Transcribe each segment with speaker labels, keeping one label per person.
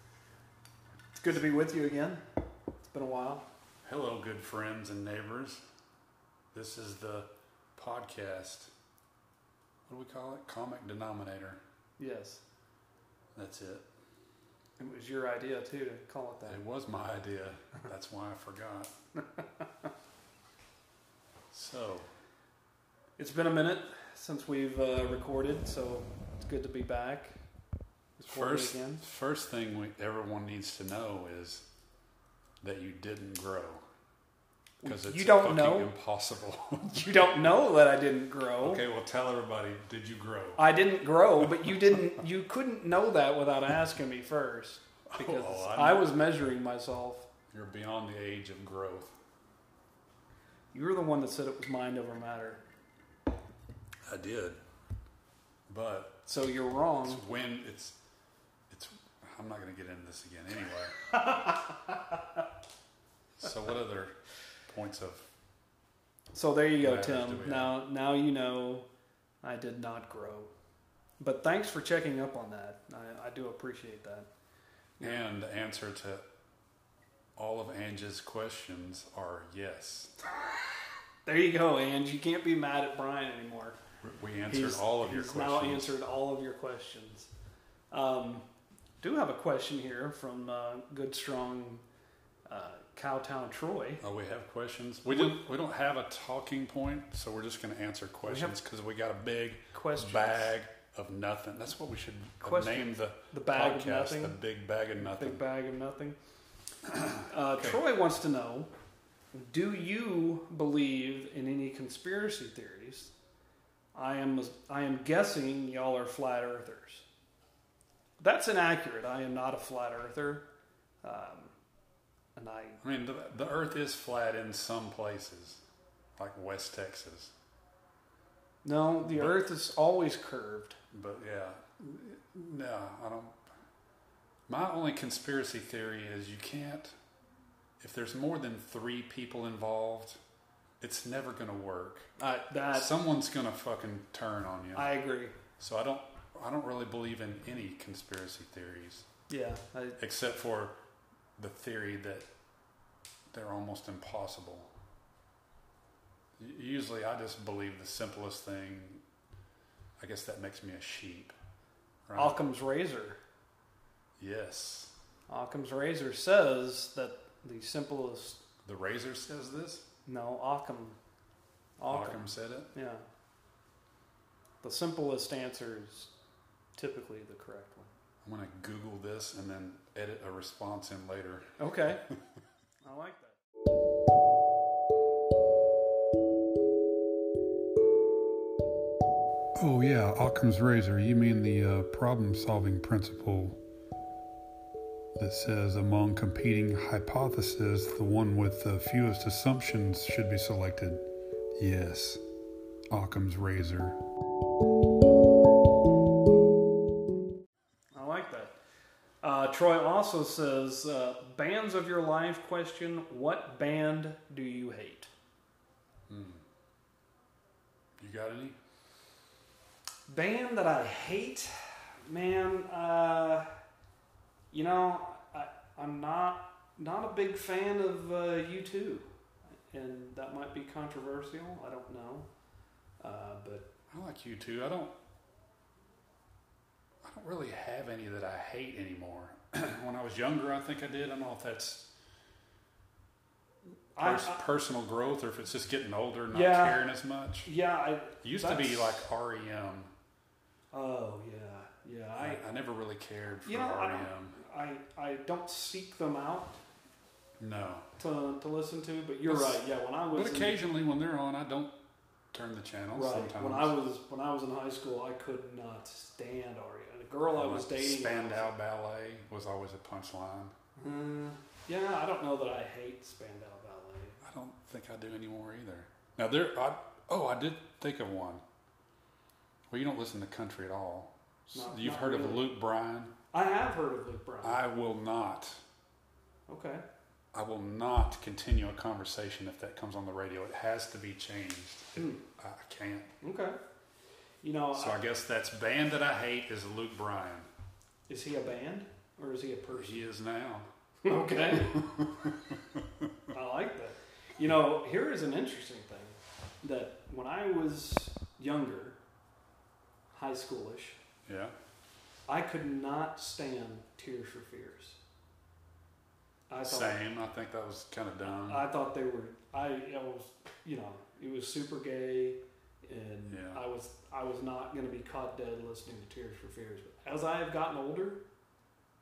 Speaker 1: Good to be with you again. It's been a while.
Speaker 2: Hello, good friends and neighbors. This is the podcast. What do we call it? Comic denominator.
Speaker 1: Yes.
Speaker 2: That's it.
Speaker 1: It was your idea, too, to call it that.
Speaker 2: It was my idea. That's why I forgot. so,
Speaker 1: It's been a minute since we've uh, recorded, so it's good to be back. It's
Speaker 2: first,
Speaker 1: again.
Speaker 2: first thing we, everyone needs to know is that you didn't grow. Because it's
Speaker 1: You don't
Speaker 2: fucking
Speaker 1: know.
Speaker 2: impossible.
Speaker 1: You don't know that I didn't grow.
Speaker 2: okay, well, tell everybody did you grow?
Speaker 1: I didn't grow, but you didn't. You couldn't know that without asking me first, because
Speaker 2: Oh, I'm-
Speaker 1: I was measuring myself.
Speaker 2: You're beyond the age of growth.
Speaker 1: You were the one that said it was mind over matter,
Speaker 2: I did. But
Speaker 1: so you're
Speaker 2: It's
Speaker 1: wrong.
Speaker 2: when it's it's. I'm not going to get into this again anyway. so what other points of?
Speaker 1: So there you go,
Speaker 2: Matters to me.
Speaker 1: Tim. Now, now you know I did not grow. But thanks for checking up on that. I, I do appreciate that.
Speaker 2: And the answer to all of Ange's questions are yes.
Speaker 1: There you go, Ange. You can't be mad at Brian anymore.
Speaker 2: We answered all of your
Speaker 1: he's
Speaker 2: questions.
Speaker 1: now answered all of your questions. Um, do have a question here from uh, good strong uh, Cowtown Troy.
Speaker 2: Oh, we have questions. We didn't. We don't have a talking point, so we're just going to answer questions because we, got a big
Speaker 1: Questions.
Speaker 2: bag of nothing. That's what we should have
Speaker 1: Questions.
Speaker 2: named the
Speaker 1: The bag
Speaker 2: podcast.
Speaker 1: of nothing.
Speaker 2: The big bag of nothing.
Speaker 1: Big bag of nothing. Uh,
Speaker 2: Okay.
Speaker 1: Troy wants to know Do you believe in any conspiracy theories? I am, I am guessing y'all are flat earthers. That's inaccurate. I am not a flat earther. Um, and I,
Speaker 2: I mean, the, the Earth is flat in some places, like West Texas.
Speaker 1: no, the
Speaker 2: But-
Speaker 1: earth is always curved.
Speaker 2: But yeah, no, I don't. My only conspiracy theory is you can't. If there's more than three people involved, it's never gonna work.
Speaker 1: I, that,
Speaker 2: Someone's gonna fucking turn on you.
Speaker 1: I agree.
Speaker 2: so I don't. I don't really believe in any conspiracy theories
Speaker 1: Yeah. I,
Speaker 2: except for the theory that they're almost impossible. U- Usually, I just believe the simplest thing. I guess that makes me a sheep, right?
Speaker 1: Occam's razor.
Speaker 2: yes,
Speaker 1: Occam's razor says that the simplest.
Speaker 2: the razor says this.
Speaker 1: No, Occam. Occam.
Speaker 2: Occam said it.
Speaker 1: Yeah. The simplest answer is typically the correct one.
Speaker 2: I'm gonna Google this and then edit a response in later.
Speaker 1: Okay. I like that.
Speaker 2: Oh yeah, Occam's razor. You mean the uh, problem-solving principle that says among competing hypotheses, the one with the fewest assumptions should be selected. Yes, Occam's razor.
Speaker 1: I like that. Uh, Troy also says, uh, bands of your life question, what band do you hate?
Speaker 2: You got any?
Speaker 1: Band that I hate? Man, uh, you know, I, I'm not not a big fan of uh, U2. And that might be controversial. I don't know. Uh, but
Speaker 2: I like you too. I don't. I don't really have any that I hate anymore. when I was younger, I think I did. I don't know if that's
Speaker 1: I-
Speaker 2: pers- personal growth or if it's just getting older, and not
Speaker 1: Yeah.
Speaker 2: caring as much.
Speaker 1: Yeah, I.
Speaker 2: It used to be like E
Speaker 1: That's-
Speaker 2: REM.
Speaker 1: Oh yeah, yeah.
Speaker 2: I,
Speaker 1: I
Speaker 2: I never really cared for E
Speaker 1: You know, I
Speaker 2: REM.
Speaker 1: don't- I I don't seek them out
Speaker 2: No.
Speaker 1: to to listen to, but you're
Speaker 2: That's-
Speaker 1: right. Yeah, when I was
Speaker 2: But
Speaker 1: in-
Speaker 2: occasionally when they're on, I don't turn the channel
Speaker 1: right
Speaker 2: sometimes.
Speaker 1: when I was when I was in high school, I could not stand Aria. The girl I was dating.
Speaker 2: Spandau Ballet was always a punchline.
Speaker 1: Uh, yeah, I don't know that I hate Spandau Ballet.
Speaker 2: I don't think I do anymore either. Now there, I oh, I did think of one. Well, you don't listen to country at all. S-
Speaker 1: Not-
Speaker 2: You've
Speaker 1: not
Speaker 2: heard of
Speaker 1: really.
Speaker 2: Luke Bryan.
Speaker 1: I have heard of Luke Bryan.
Speaker 2: I will not.
Speaker 1: okay.
Speaker 2: I will not continue a conversation if that comes on the radio. It has to be changed. It-
Speaker 1: Hmm.
Speaker 2: I I can't.
Speaker 1: Okay. You know,
Speaker 2: So I guess that's band that I hate is Luke Bryan.
Speaker 1: is he a band or is he a person?
Speaker 2: He is now.
Speaker 1: Okay. I like that. You know, here is an interesting thing that when I was younger, high schoolish,
Speaker 2: Yeah.
Speaker 1: I could not stand Tears for Fears. I thought
Speaker 2: Same. I think that was kind of dumb.
Speaker 1: I thought they were. I, I was, you know, it was super gay, and
Speaker 2: Yeah.
Speaker 1: I was I was not going to be caught dead listening to Tears for Fears. But as I have gotten older,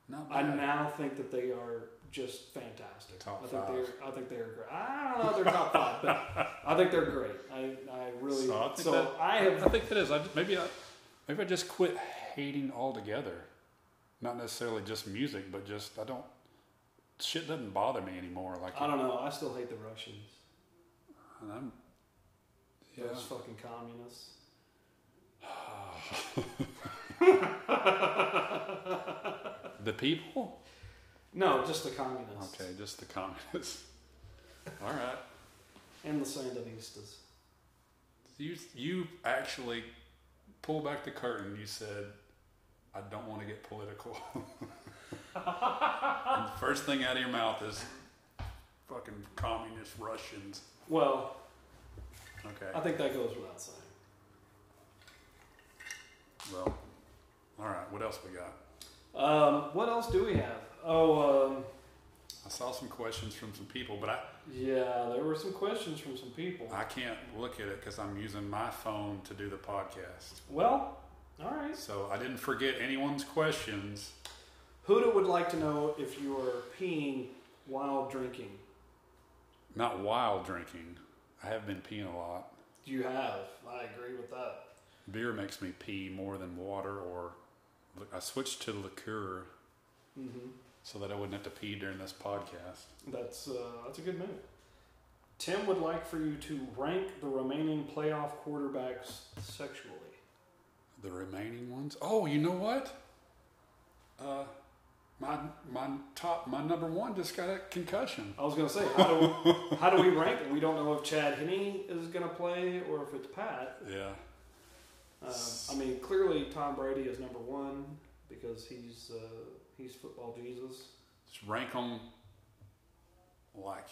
Speaker 2: Not
Speaker 1: I
Speaker 2: bad.
Speaker 1: now think that they are just fantastic.
Speaker 2: Top
Speaker 1: I think
Speaker 2: five.
Speaker 1: they're I think they're great. I don't know if they're top five, but I think they're great. I, I really
Speaker 2: So I
Speaker 1: so,
Speaker 2: think that-
Speaker 1: I
Speaker 2: I
Speaker 1: have
Speaker 2: think that is. I just, maybe I maybe I just quit hating altogether. Not necessarily just music, but just I don't shit doesn't bother me anymore. Like
Speaker 1: I don't know. I still hate the Russians.
Speaker 2: And I'm, yeah.
Speaker 1: Those fucking communists.
Speaker 2: The people?
Speaker 1: No, just the communists
Speaker 2: Okay, just the communists. All right.
Speaker 1: and the Sandinistas.
Speaker 2: You you actually pull back the curtain. You said, "I don't want to get political." And the first thing out of your mouth is fucking communist Russians.
Speaker 1: Well, I
Speaker 2: Okay.
Speaker 1: think that goes without saying.
Speaker 2: Well, all right. What else we got?
Speaker 1: Um, what else do we have? Oh, um,
Speaker 2: I saw some questions from some people, but I
Speaker 1: yeah, there were some questions from some people.
Speaker 2: I can't look at it because I'm using my phone to do the podcast.
Speaker 1: Well, all right.
Speaker 2: So I didn't forget anyone's questions.
Speaker 1: Huda would like to know if you are peeing while drinking.
Speaker 2: Not while drinking. I have been peeing a lot.
Speaker 1: You have. I agree with that.
Speaker 2: Beer makes me pee more than water, or I switched to liqueur
Speaker 1: Mm-hmm.
Speaker 2: so that I wouldn't have to pee during this podcast.
Speaker 1: That's uh, that's a good move. Tim would like for you to rank the remaining playoff quarterbacks sexually.
Speaker 2: The remaining ones. Oh, you know what? Uh, my my top my number one just got a concussion.
Speaker 1: I was gonna say, how do we, how do we rank them? We don't know if Chad Henney is gonna play or if it's Pat.
Speaker 2: Yeah,
Speaker 1: Um, I mean, clearly Tom Brady is number one because he's uh, he's football Jesus,
Speaker 2: just rank them like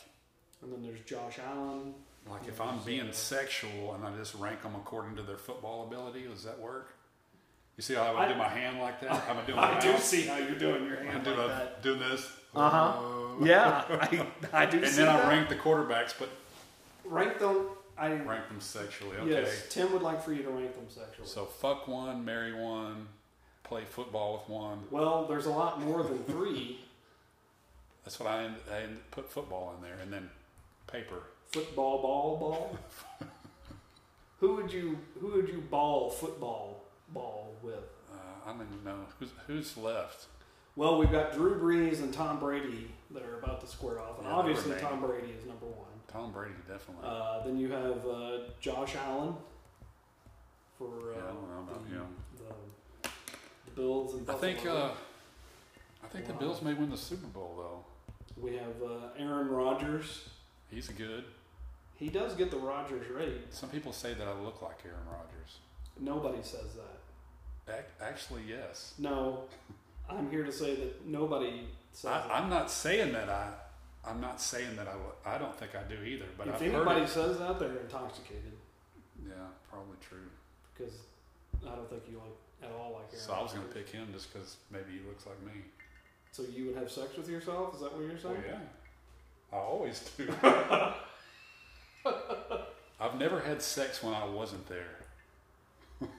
Speaker 1: and then there's Josh Allen.
Speaker 2: like if
Speaker 1: Yeah,
Speaker 2: I'm
Speaker 1: so-
Speaker 2: being sexual and I just rank them according to their football ability. Does that work? You see how I, would do
Speaker 1: I-
Speaker 2: my hand like that? How I would do my
Speaker 1: I do
Speaker 2: mouth?
Speaker 1: see how you're doing your
Speaker 2: I
Speaker 1: hand
Speaker 2: do
Speaker 1: like
Speaker 2: a-
Speaker 1: that.
Speaker 2: do this.
Speaker 1: Uh-huh. Yeah, I, I do.
Speaker 2: And
Speaker 1: see
Speaker 2: then I
Speaker 1: that.
Speaker 2: rank the quarterbacks, but
Speaker 1: rank them. I
Speaker 2: rank them sexually. Okay.
Speaker 1: yes. Tim would like for you to rank them sexually.
Speaker 2: So fuck one, marry one, play football with one.
Speaker 1: well, there's a lot more than three.
Speaker 2: That's what I, end, I end, put football in there, and then paper.
Speaker 1: football, ball, ball. who would you who would you ball football ball with?
Speaker 2: Uh, I don't even know who's who's left.
Speaker 1: Well, we've got Drew Brees and Tom Brady that are about to square off, and
Speaker 2: Yeah,
Speaker 1: obviously
Speaker 2: they're
Speaker 1: Tom Brady is number one.
Speaker 2: Tom Brady definitely.
Speaker 1: Uh, then you have uh, Josh Allen for uh,
Speaker 2: Yeah, I don't know about
Speaker 1: the,
Speaker 2: him.
Speaker 1: the, the Bills and
Speaker 2: I think
Speaker 1: Buffalo.
Speaker 2: uh, I think the Bills may win the Super Bowl though.
Speaker 1: we have uh, Aaron Rodgers.
Speaker 2: He's good.
Speaker 1: He does get the Rodgers rate.
Speaker 2: Some people say that I look like Aaron Rodgers.
Speaker 1: Nobody says that.
Speaker 2: Ac- Actually, yes.
Speaker 1: No, I'm here to say that nobody says
Speaker 2: I,
Speaker 1: that.
Speaker 2: I'm not saying that I. I'm not saying that I. look- I don't think I do either. But
Speaker 1: if
Speaker 2: I've heard
Speaker 1: anybody
Speaker 2: it.
Speaker 1: says that, they're intoxicated
Speaker 2: Yeah, probably true.
Speaker 1: because I don't think you like at all like Aaron.
Speaker 2: So I was going to
Speaker 1: Rodgers.
Speaker 2: pick him just because maybe he looks like me.
Speaker 1: So you would have sex with yourself? Is that what you're
Speaker 2: Oh
Speaker 1: saying?
Speaker 2: yeah, I always do. I've never had sex when I wasn't there.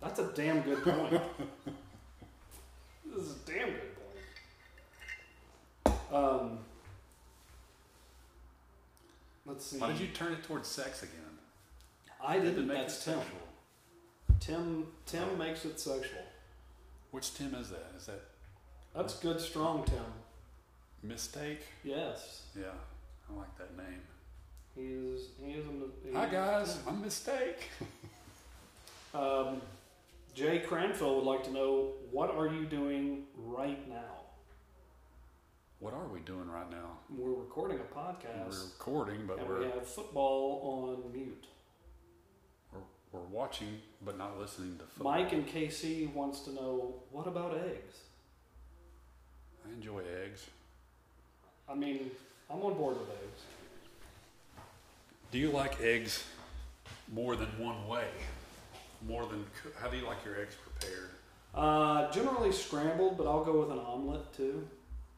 Speaker 1: That's a damn good point. this is a damn good point. Um, let's see.
Speaker 2: Why did you turn it towards sex again?
Speaker 1: I didn't.
Speaker 2: make
Speaker 1: That's
Speaker 2: it
Speaker 1: Tim.
Speaker 2: sexual.
Speaker 1: Tim. Tim
Speaker 2: Oh.
Speaker 1: makes it sexual.
Speaker 2: Which Tim is that? Is that
Speaker 1: That's
Speaker 2: Oh.
Speaker 1: good, strong Tim.
Speaker 2: mistake?
Speaker 1: Yes,
Speaker 2: Yeah, I like that name.
Speaker 1: he is. He is. A, he
Speaker 2: Hi
Speaker 1: is
Speaker 2: guys,
Speaker 1: Tim.
Speaker 2: I'm mistake.
Speaker 1: Um, Jay Cranfield would like to know what are you doing right now?
Speaker 2: What are we doing right now?
Speaker 1: We're recording a podcast,
Speaker 2: We're recording, but
Speaker 1: and
Speaker 2: we're
Speaker 1: we have football on mute.
Speaker 2: we're, we're watching, but not listening to football.
Speaker 1: Mike and KC wants to know what about eggs?
Speaker 2: I enjoy eggs.
Speaker 1: I mean, I'm on board with those.
Speaker 2: Do you like eggs more than one way? More than coo- how do you like your eggs prepared?
Speaker 1: Uh, generally scrambled, but I'll go with an omelet too.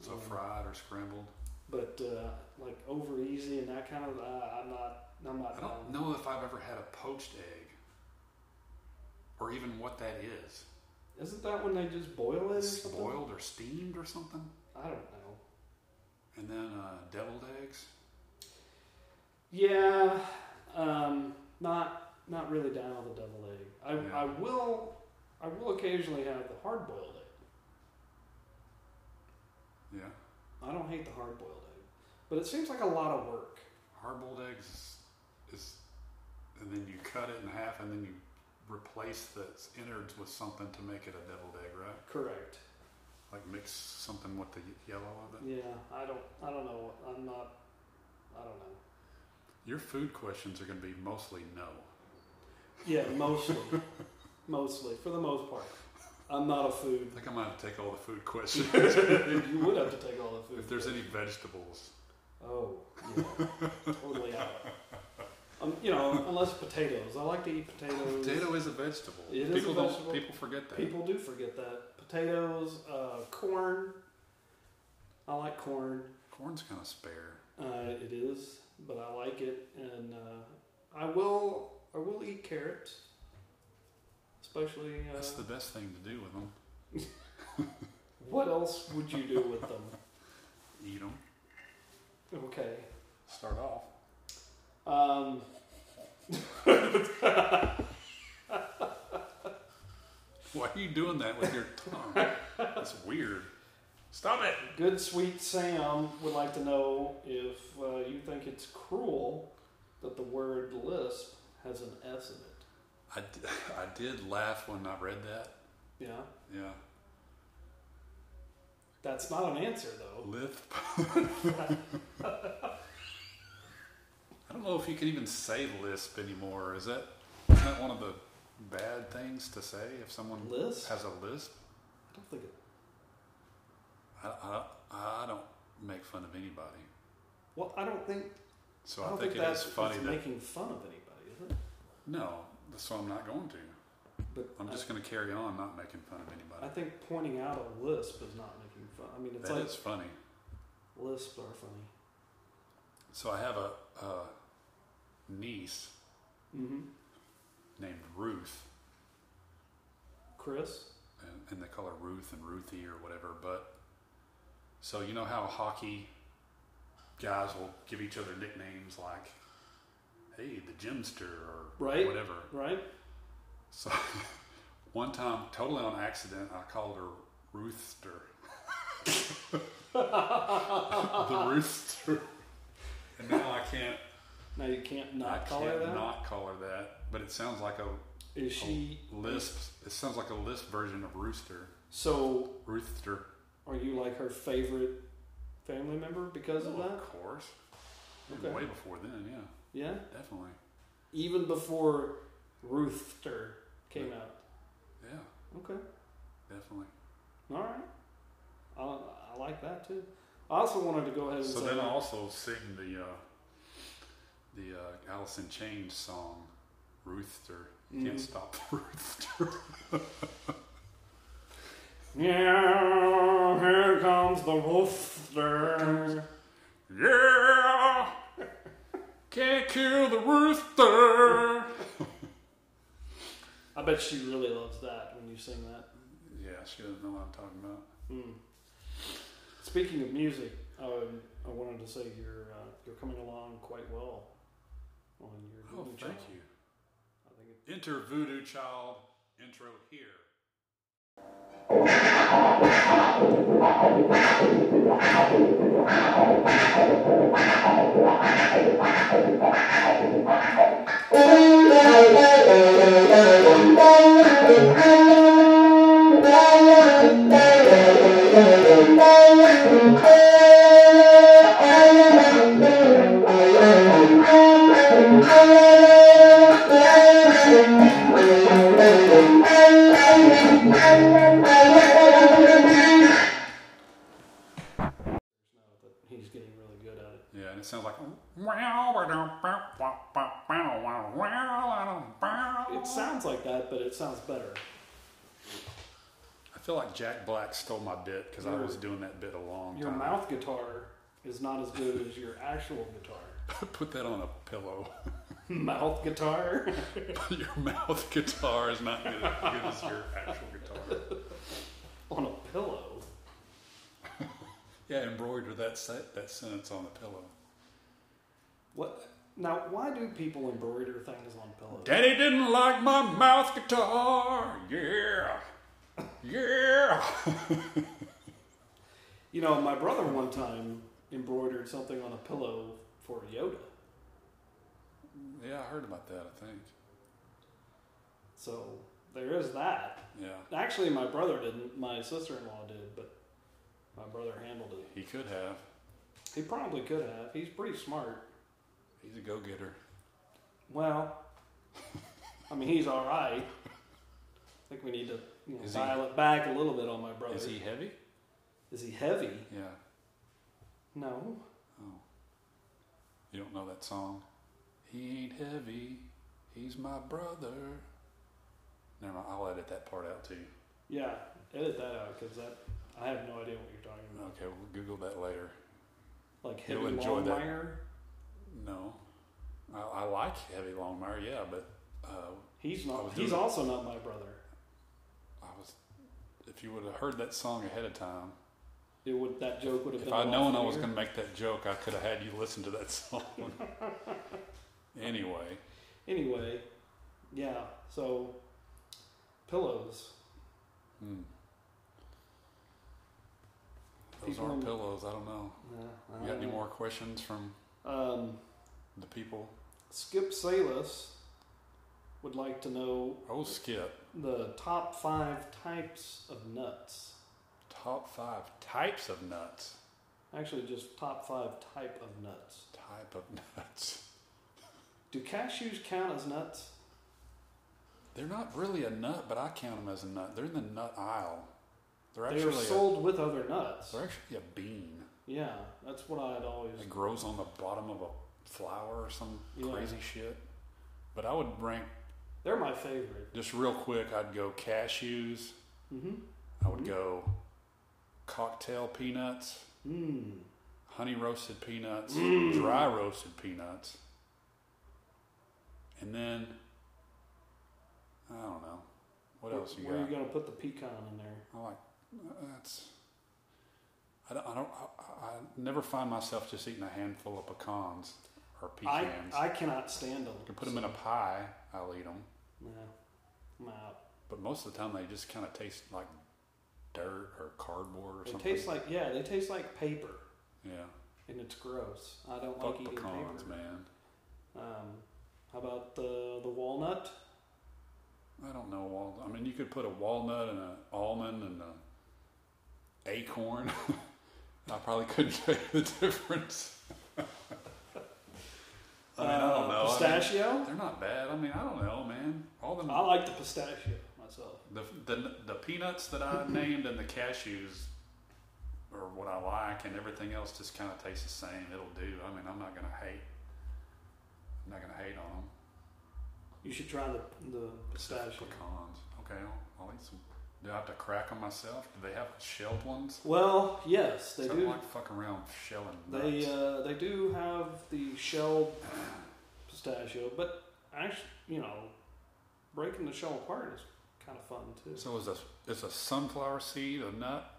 Speaker 2: So
Speaker 1: Um,
Speaker 2: fried or scrambled?
Speaker 1: But uh, like over easy and that kind of, uh, I'm not. I'm not.
Speaker 2: I don't know if I've ever had a poached egg, or even what that is.
Speaker 1: Isn't that when they just boil it or
Speaker 2: It's
Speaker 1: something?
Speaker 2: boiled or steamed or something,
Speaker 1: I don't know.
Speaker 2: and then uh, deviled eggs.
Speaker 1: Yeah, um, not not really down with the deviled egg. I,
Speaker 2: Yeah.
Speaker 1: I will I will occasionally have the hard boiled egg.
Speaker 2: Yeah,
Speaker 1: I don't hate the hard boiled egg, but it seems like a lot of work.
Speaker 2: hard-boiled eggs is, and then you cut it in half, and then you replace the innards with something to make it a deviled egg, right?
Speaker 1: Correct.
Speaker 2: Like mix something with the ye- yellow of it.
Speaker 1: Yeah, I don't I don't know. I'm not. I don't know.
Speaker 2: Your food questions are going to be mostly no.
Speaker 1: Yeah, mostly, mostly for the most part. I'm not a food.
Speaker 2: I think I might have to take all the food questions.
Speaker 1: You would have to take all the food.
Speaker 2: if there's any vegetables,
Speaker 1: Oh, yeah, totally out. Um, you know, unless potatoes. I like to eat potatoes.
Speaker 2: potato is a vegetable.
Speaker 1: It is a
Speaker 2: people don't-
Speaker 1: vegetable.
Speaker 2: People forget that.
Speaker 1: People do forget that. Potatoes, uh, corn. I like corn.
Speaker 2: Corn's kind of spare.
Speaker 1: Uh, it is, but I like it, and uh, I will. I will eat carrots, especially. Uh,
Speaker 2: That's the best thing to do with them.
Speaker 1: what else would you do with them?
Speaker 2: Eat them.
Speaker 1: Okay.
Speaker 2: Start off.
Speaker 1: Um,
Speaker 2: Why are you doing that with your tongue? That's weird. Stop it.
Speaker 1: good sweet Sam would like to know if uh, you think it's cruel that the word lisp has an s in
Speaker 2: I, d- I did laugh when I read that.
Speaker 1: it. Yeah,
Speaker 2: Yeah.
Speaker 1: that's not an answer though.
Speaker 2: Lisp. I don't know if you can even say lisp anymore. Is that isn't that one of the bad things to say if someone
Speaker 1: Lisp?
Speaker 2: has a lisp?
Speaker 1: I don't think it.
Speaker 2: I, I, I don't make fun of anybody,
Speaker 1: Well, I don't think.
Speaker 2: so
Speaker 1: I
Speaker 2: I,
Speaker 1: don't
Speaker 2: think, it
Speaker 1: that's
Speaker 2: is funny
Speaker 1: it's
Speaker 2: that
Speaker 1: making fun of anybody, is it?
Speaker 2: no, so I'm not going to.
Speaker 1: But
Speaker 2: I'm
Speaker 1: I-
Speaker 2: just going to carry on not making fun of
Speaker 1: I,
Speaker 2: anybody.
Speaker 1: think pointing out a lisp is not making fun. I mean, it's
Speaker 2: That
Speaker 1: like
Speaker 2: is funny.
Speaker 1: lisps are funny.
Speaker 2: So I have a, a niece
Speaker 1: Mm-hmm.
Speaker 2: named Ruth,
Speaker 1: Chris.
Speaker 2: and, and they call her Ruth and Ruthie or whatever. But so you know how hockey guys will give each other nicknames like, "Hey, the Gymster" or
Speaker 1: Right.
Speaker 2: whatever.
Speaker 1: Right?
Speaker 2: So one time, totally on accident, I called her Rooster. the Rooster. And now I can't
Speaker 1: Now you can't not
Speaker 2: I
Speaker 1: call
Speaker 2: can't
Speaker 1: her that. Is
Speaker 2: not call her that. But it sounds like a
Speaker 1: she
Speaker 2: lisp it sounds like a lisp version of Rooster.
Speaker 1: so?
Speaker 2: Rooster.
Speaker 1: Are you like her favorite family member because of
Speaker 2: Well,
Speaker 1: that?
Speaker 2: of course.
Speaker 1: Okay.
Speaker 2: Way before then, yeah.
Speaker 1: Yeah.
Speaker 2: Definitely.
Speaker 1: Even before Rooster came out.
Speaker 2: Yeah,
Speaker 1: Okay.
Speaker 2: definitely.
Speaker 1: All right. I, I like that too. I also wanted to go ahead and
Speaker 2: So
Speaker 1: say
Speaker 2: then I also sing the uh, the uh, Alice in Chains song, Rooster. You Can't
Speaker 1: Mhm.
Speaker 2: stop the Rooster.
Speaker 1: Yeah, here comes the rooster.
Speaker 2: yeah! Can't kill the Rooster!
Speaker 1: I bet she really loves that when you sing that.
Speaker 2: yeah, she doesn't know what I'm talking about.
Speaker 1: Hmm. Speaking of music, um, I wanted to say you're uh, you're coming along quite well on your
Speaker 2: Oh,
Speaker 1: Voodoo
Speaker 2: thank
Speaker 1: Child.
Speaker 2: you.
Speaker 1: I think it,
Speaker 2: Enter Voodoo Child intro here.
Speaker 1: that he
Speaker 2: and it sounds like. It
Speaker 1: It sounds like that, but it sounds better.
Speaker 2: I feel like Jack Black stole my bit because I was doing that bit a long
Speaker 1: Your
Speaker 2: time.
Speaker 1: mouth guitar is not as good as your actual guitar.
Speaker 2: Put that on a pillow.
Speaker 1: Mouth guitar?
Speaker 2: your mouth guitar is not good, good as your actual guitar.
Speaker 1: on a pillow.
Speaker 2: Yeah, embroider that set, that sentence on the pillow.
Speaker 1: What? Now, why do people embroider things on pillows?
Speaker 2: Daddy didn't like my mouth guitar. Yeah, yeah.
Speaker 1: You know, my brother one time embroidered something on a pillow for Yoda.
Speaker 2: yeah, I heard about that. I think.
Speaker 1: So there is that.
Speaker 2: Yeah,
Speaker 1: Actually, my brother didn't. My sister-in-law did, but my brother handled it.
Speaker 2: he could have.
Speaker 1: He probably could have. He's pretty smart.
Speaker 2: He's a go-getter.
Speaker 1: Well, I mean, he's all right. I think we need to you know,
Speaker 2: Is he-
Speaker 1: dial it back a little bit on my brother.
Speaker 2: Is he heavy?
Speaker 1: Is he heavy?
Speaker 2: Yeah.
Speaker 1: No.
Speaker 2: Oh. You don't know that song? He ain't heavy. He's my brother. Never mind. I'll edit that part out too.
Speaker 1: Yeah, edit that out because that I have no idea what you're talking about.
Speaker 2: Okay, we'll Google that later.
Speaker 1: Like heavy
Speaker 2: You'll enjoy that.
Speaker 1: Longmire.
Speaker 2: No, I, I like Heavy Longmire. Yeah, but uh,
Speaker 1: He's
Speaker 2: I
Speaker 1: not.
Speaker 2: was
Speaker 1: He's
Speaker 2: doing-
Speaker 1: also not my brother.
Speaker 2: I was. If you would have heard that song ahead of time,
Speaker 1: It would that joke would have
Speaker 2: if
Speaker 1: been. a
Speaker 2: I'd
Speaker 1: lot
Speaker 2: known I was
Speaker 1: funnier.
Speaker 2: going to make that joke, I could have had you listen to that song. anyway,
Speaker 1: Anyway, yeah. So pillows.
Speaker 2: hmm. those
Speaker 1: People
Speaker 2: aren't
Speaker 1: in-
Speaker 2: pillows. I don't know.
Speaker 1: Yeah,
Speaker 2: You
Speaker 1: I
Speaker 2: got
Speaker 1: don't
Speaker 2: any
Speaker 1: know.
Speaker 2: more questions from
Speaker 1: Um,
Speaker 2: the people?
Speaker 1: Skip Salis would like to know
Speaker 2: Oh, Skip.
Speaker 1: the top five types of nuts.
Speaker 2: Top five types of nuts.
Speaker 1: Actually, just top five type of nuts.
Speaker 2: Type of nuts.
Speaker 1: Do cashews count as nuts?
Speaker 2: They're not really a nut, but I count them as a nut. They're in the nut aisle. They're
Speaker 1: They are
Speaker 2: actually a,
Speaker 1: sold with other nuts.
Speaker 2: they're actually a bean.
Speaker 1: Yeah, that's what I'd always.
Speaker 2: It grows on the bottom of a flower or some
Speaker 1: Yeah.
Speaker 2: crazy shit. But I would rank
Speaker 1: They're my favorite.
Speaker 2: just real quick. I'd go cashews.
Speaker 1: Mm-hmm.
Speaker 2: I would go cocktail peanuts,
Speaker 1: Mm.
Speaker 2: honey roasted peanuts,
Speaker 1: Mm.
Speaker 2: dry roasted peanuts, and then I don't know what else you
Speaker 1: Where are
Speaker 2: got.
Speaker 1: you gonna put the pecan in there?
Speaker 2: I like uh, that's. I don't. I, don't I, I never find myself just eating a handful of pecans or pecans.
Speaker 1: I I cannot stand them.
Speaker 2: I can put them in a pie. I'll eat them,
Speaker 1: No, I'm out.
Speaker 2: but most of the time they just kind of taste like dirt or cardboard or
Speaker 1: They
Speaker 2: something.
Speaker 1: taste like yeah, they taste like paper,
Speaker 2: yeah,
Speaker 1: and it's gross. I don't
Speaker 2: fuck
Speaker 1: like eating
Speaker 2: pecans,
Speaker 1: paper.
Speaker 2: man.
Speaker 1: Um, how about the the walnut?
Speaker 2: I don't know. wal- I mean, you could put a walnut and an almond and a acorn. I probably couldn't tell you the difference. I mean, I don't
Speaker 1: Uh,
Speaker 2: know. I mean,
Speaker 1: Pistachio.
Speaker 2: They're not bad. I mean, I don't know, man. All the
Speaker 1: I like the pistachio myself.
Speaker 2: the, the, the peanuts that I named and the cashews are what I like, and everything else just kind of tastes the same. It'll do. I mean, I'm not gonna hate. I'm not gonna hate on them.
Speaker 1: You should try the the pistachio.
Speaker 2: Pecans. Okay, I'll, I'll eat some. Do I have to crack them myself? Do they have shelled ones?
Speaker 1: Well, yes, they
Speaker 2: I
Speaker 1: do.
Speaker 2: don't like fucking around shelling.
Speaker 1: They
Speaker 2: nuts.
Speaker 1: uh, they do have the shelled pistachio, but actually, you know, breaking the shell apart is kind of fun too.
Speaker 2: so is a is a sunflower seed a nut?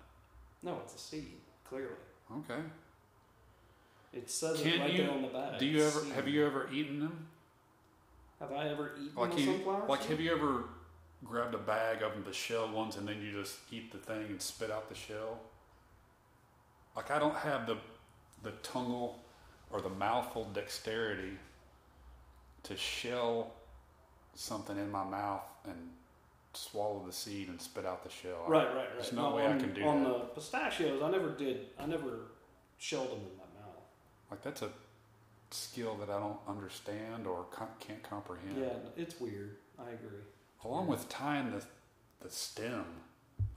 Speaker 1: No, it's a seed. Clearly,
Speaker 2: Okay.
Speaker 1: it says
Speaker 2: Can
Speaker 1: it right
Speaker 2: you-
Speaker 1: there on the back.
Speaker 2: Do you
Speaker 1: Uh, It's
Speaker 2: ever
Speaker 1: seed.
Speaker 2: have you ever eaten them?
Speaker 1: Have I ever eaten
Speaker 2: Like
Speaker 1: a
Speaker 2: you,
Speaker 1: sunflower?
Speaker 2: like
Speaker 1: seed?
Speaker 2: have you ever grabbed a bag of the shell ones and then you just eat the thing and spit out the shell? Like I don't have the the tongual or the mouthful dexterity to shell something in my mouth and swallow the seed and spit out the shell. I-
Speaker 1: Right, right, right.
Speaker 2: There's no way I
Speaker 1: on-
Speaker 2: can do
Speaker 1: on
Speaker 2: that.
Speaker 1: the pistachios. I never did. I never shelled them in my mouth.
Speaker 2: Like that's a skill that I don't understand or com- can't comprehend.
Speaker 1: Yeah, it's weird. I agree.
Speaker 2: Along with tying the the stem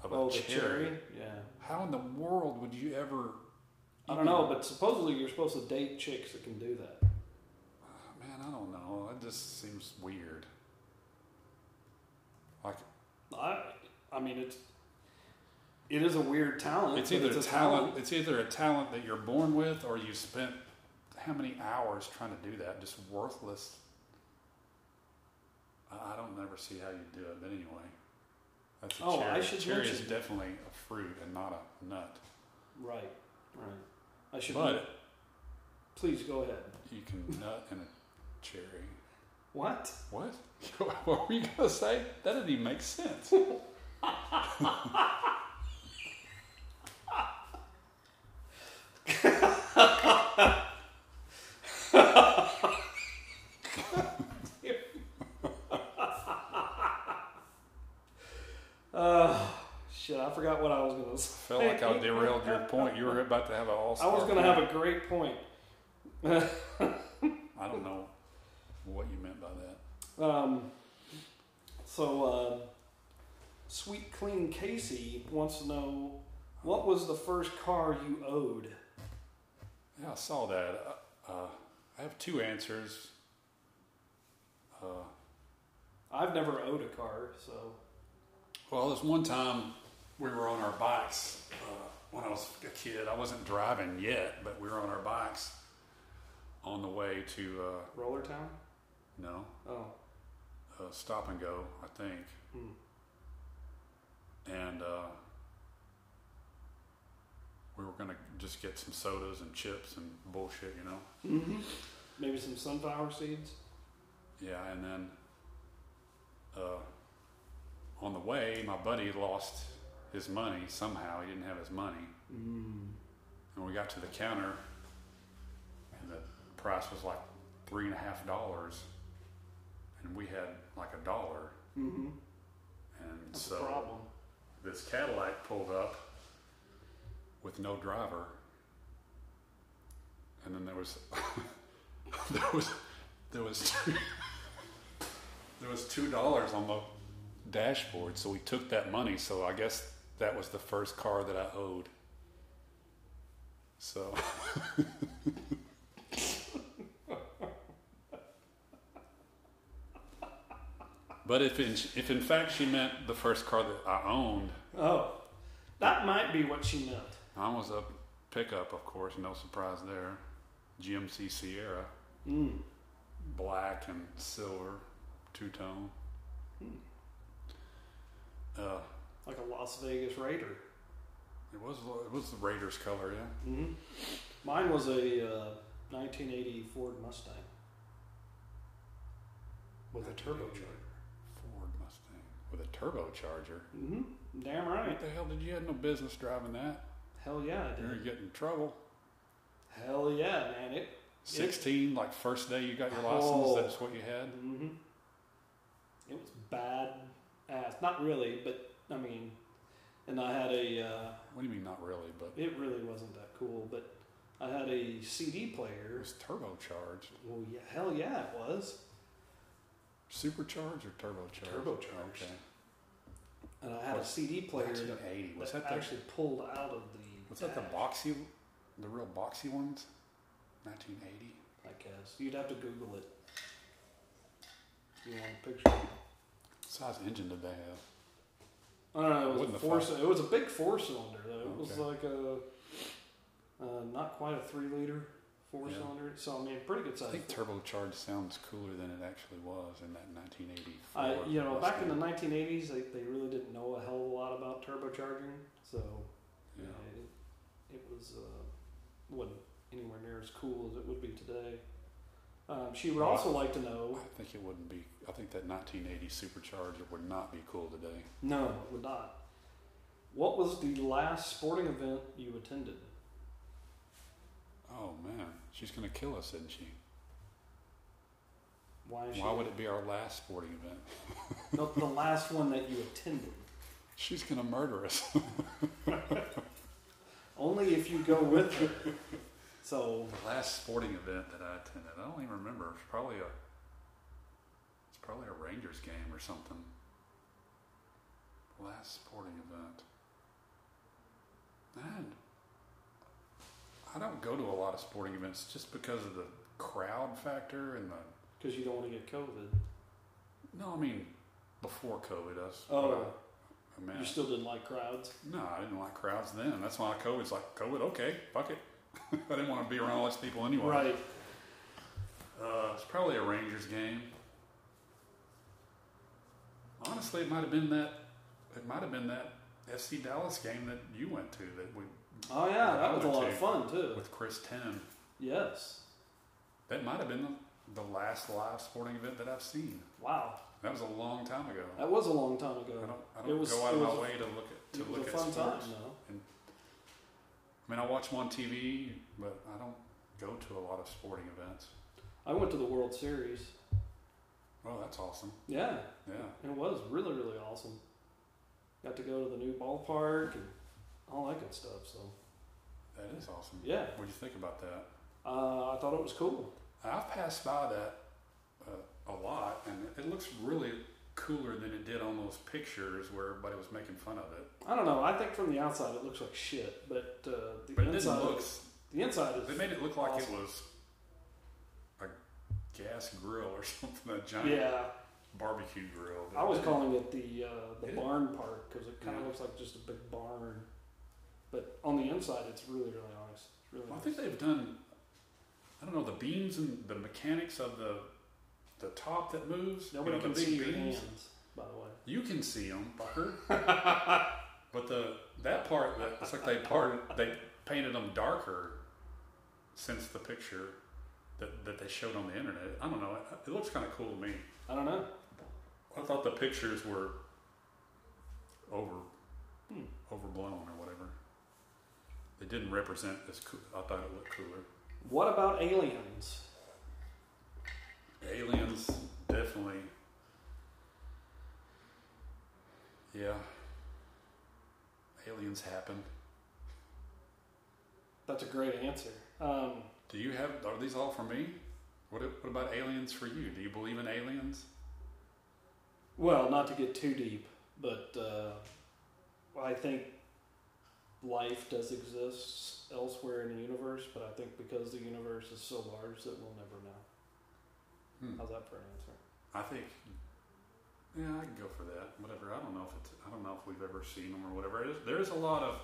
Speaker 2: of a
Speaker 1: oh, the
Speaker 2: cherry.
Speaker 1: cherry. Yeah.
Speaker 2: How in the world would you ever
Speaker 1: I don't know, but supposedly you're supposed to date chicks that can do that.
Speaker 2: Man, I don't know. That just seems weird. Like
Speaker 1: I, I mean, it's it is a weird talent.
Speaker 2: it's
Speaker 1: but
Speaker 2: either
Speaker 1: it's a
Speaker 2: talent, It's either a talent that you're born with, or you spent how many hours trying to do that? Just worthless. I I don't never see how you do it, but anyway. That's a
Speaker 1: Oh,
Speaker 2: cherry.
Speaker 1: I should
Speaker 2: cherry is
Speaker 1: mention-
Speaker 2: definitely a fruit and not a nut.
Speaker 1: Right, right. I should.
Speaker 2: But
Speaker 1: please go ahead.
Speaker 2: you can nut in a cherry.
Speaker 1: What?
Speaker 2: What? what were you gonna say? That didn't even make sense.
Speaker 1: Uh, shit, I forgot what I was gonna say.
Speaker 2: Felt like I derailed your point. You were about to have an all.
Speaker 1: I was gonna have a great point.
Speaker 2: I don't know what you meant by that.
Speaker 1: Um, so, uh, Sweet Clean Casey wants to know what was the first car you owed?
Speaker 2: Yeah, I saw that. Uh, uh, I have two answers. Uh,
Speaker 1: I've never owed a car, so
Speaker 2: well, there's one time we were on our bikes uh, when I was a kid. I wasn't driving yet, but we were on our bikes on the way to uh,
Speaker 1: Roller Town.
Speaker 2: no
Speaker 1: Oh,
Speaker 2: uh, stop and go, I think.
Speaker 1: hmm.
Speaker 2: and uh, we were gonna just get some sodas and chips and bullshit, you know.
Speaker 1: Mm-hmm. maybe some sunflower seeds.
Speaker 2: Yeah, and then uh, on the way, my buddy lost his money somehow. He didn't have his money,
Speaker 1: Mm.
Speaker 2: and we got to the counter, and the price was like three and a half dollars, and we had like a dollar,
Speaker 1: Mm-hmm.
Speaker 2: and
Speaker 1: That's
Speaker 2: so
Speaker 1: a problem.
Speaker 2: this Cadillac pulled up with no driver, and then there was there was there was two, there was two dollars on the dashboard. So we took that money. So I guess that was the first car that I owed. So But if in, if in fact she meant the first car that I owned,
Speaker 1: Oh, that might be what she meant.
Speaker 2: I was a pickup, of course, no surprise there. GMC Sierra,
Speaker 1: Mm.
Speaker 2: black and silver, two tone.
Speaker 1: Hmm.
Speaker 2: Uh,
Speaker 1: Like a Las Vegas Raider.
Speaker 2: it was it was the Raiders color, yeah.
Speaker 1: Mm-hmm. Mine was a uh, 1980 Ford Mustang with a turbocharger.
Speaker 2: Ford Mustang with a turbocharger.
Speaker 1: Mm-hmm. Damn right.
Speaker 2: What the hell did you have no business driving that?
Speaker 1: Hell yeah, I
Speaker 2: You're
Speaker 1: did.
Speaker 2: getting in trouble.
Speaker 1: Hell yeah, man. It.
Speaker 2: Sixteen, like first day you got your license,
Speaker 1: Oh.
Speaker 2: that's what you had.
Speaker 1: Mm-hmm. It was bad ass. Not really, but I mean, and I had a. Uh,
Speaker 2: What do you mean, not really? But
Speaker 1: it really wasn't that cool, but I had a CD
Speaker 2: it
Speaker 1: player.
Speaker 2: was turbocharged,
Speaker 1: Well, yeah, hell yeah, it was.
Speaker 2: supercharged or turbocharged?
Speaker 1: Turbocharged.
Speaker 2: Okay.
Speaker 1: And I had a CD player that,
Speaker 2: 1980. Was
Speaker 1: that
Speaker 2: that the,
Speaker 1: actually pulled out of the.
Speaker 2: was that the
Speaker 1: dash.
Speaker 2: boxy, the real boxy ones? 1980.
Speaker 1: I guess. You'd have to Google it. You want a picture?
Speaker 2: What size engine did they have?
Speaker 1: I don't know. It was,
Speaker 2: Wouldn't have
Speaker 1: a four,
Speaker 2: thought.
Speaker 1: cy- it was a big four cylinder, though. It was
Speaker 2: Okay.
Speaker 1: like a, uh, not quite a three liter four
Speaker 2: Yeah.
Speaker 1: cylinder. So, I mean, pretty good
Speaker 2: I
Speaker 1: size.
Speaker 2: think turbocharged sounds cooler than it actually was in that 1980.
Speaker 1: I,
Speaker 2: Ford
Speaker 1: Uh, you know, back in the
Speaker 2: Mustang.
Speaker 1: 1980s, they, they really didn't know a hell of a lot about turbocharging. So,
Speaker 2: Yeah.
Speaker 1: it, it was, uh, wasn't anywhere near as cool as it would be today. Um, she would
Speaker 2: Well,
Speaker 1: also like to know.
Speaker 2: I think it wouldn't be. I think that 1980 supercharger would not be cool today.
Speaker 1: No, it would not. What was the last sporting event you attended?
Speaker 2: Oh man, she's gonna kill us, isn't she?
Speaker 1: Why, is she-
Speaker 2: Why would it be our last sporting event?
Speaker 1: No, the last one that you attended?
Speaker 2: She's gonna murder us.
Speaker 1: Only if you go with her. So,
Speaker 2: The last sporting event that I attended, I don't even remember. It's probably a it's probably a Rangers game or something. Last sporting event. Man, I I don't go to a lot of sporting events just because of the crowd factor and the.
Speaker 1: because you don't want to get COVID.
Speaker 2: No, I mean before COVID, that's what
Speaker 1: Oh,
Speaker 2: I, I meant.
Speaker 1: you still didn't like crowds.
Speaker 2: no, I didn't like crowds then. That's why COVID's like COVID. Okay, fuck it. I didn't want to be around all these people anyway.
Speaker 1: Right.
Speaker 2: Uh, it's probably a Rangers game. Honestly, it might have been that. It might have been that FC Dallas game that you went to that we
Speaker 1: Oh yeah, that was a
Speaker 2: That
Speaker 1: lot
Speaker 2: too.
Speaker 1: of fun too.
Speaker 2: with Chris Tim.
Speaker 1: Yes.
Speaker 2: That might have been the, the last live sporting event that I've seen.
Speaker 1: Wow,
Speaker 2: That was a long time ago.
Speaker 1: that was a long time
Speaker 2: I
Speaker 1: ago.
Speaker 2: don't, I don't
Speaker 1: It was-
Speaker 2: go out
Speaker 1: it
Speaker 2: of
Speaker 1: was
Speaker 2: my
Speaker 1: a-
Speaker 2: way to look at to
Speaker 1: It
Speaker 2: look
Speaker 1: was a
Speaker 2: at
Speaker 1: fun time
Speaker 2: sports.
Speaker 1: though.
Speaker 2: I mean, I watch them on TV, but I don't go to a lot of sporting events.
Speaker 1: I went to the World Series.
Speaker 2: Oh, that's awesome!
Speaker 1: Yeah,
Speaker 2: Yeah,
Speaker 1: it was really really awesome. Got to go to the new ballpark and all that good stuff. So
Speaker 2: that is awesome.
Speaker 1: yeah,
Speaker 2: What do you think about that?
Speaker 1: uh, I thought it was cool.
Speaker 2: I've passed by that uh, a lot, and it looks really cooler than it did on those pictures where everybody was making fun of it.
Speaker 1: I don't know. I think from the outside it looks like shit, but uh, the
Speaker 2: But it
Speaker 1: inside
Speaker 2: didn't look.
Speaker 1: the inside is
Speaker 2: They made it look like
Speaker 1: awesome.
Speaker 2: it was a gas grill or something, a giant
Speaker 1: yeah.
Speaker 2: barbecue grill.
Speaker 1: I was calling it the uh, the
Speaker 2: Yeah.
Speaker 1: barn park because it kind of
Speaker 2: Yeah.
Speaker 1: looks like just a big barn, but on the inside it's really really nice. It's really
Speaker 2: Well, I
Speaker 1: nice.
Speaker 2: think they've done. I don't know the beams and the mechanics of the the top that moves. you
Speaker 1: Nobody
Speaker 2: know,
Speaker 1: can
Speaker 2: the big
Speaker 1: see your
Speaker 2: beams.
Speaker 1: hands, by the way.
Speaker 2: You can see them, fucker. but the that part, that, it's like they parted, they painted them darker since the picture that, that they showed on the internet. I don't know. It, it looks kind of cool to me.
Speaker 1: I don't know.
Speaker 2: I thought the pictures were over
Speaker 1: Hmm.
Speaker 2: overblown or whatever. They didn't represent as cool. I thought it looked cooler.
Speaker 1: What about aliens?
Speaker 2: Aliens, definitely. Yeah. Aliens happen.
Speaker 1: That's a great answer. Um,
Speaker 2: Do you have, are these all for me? What, what about aliens for you? Do you believe in aliens?
Speaker 1: well, not to get too deep, but uh, I think life does exist elsewhere in the universe, but I think because the universe is so large that we'll never know.
Speaker 2: Hmm.
Speaker 1: How's that for an answer?
Speaker 2: I think, yeah, I can go for that. Whatever. I don't know if it's, I don't know if we've ever seen them or whatever. There's, there's a lot of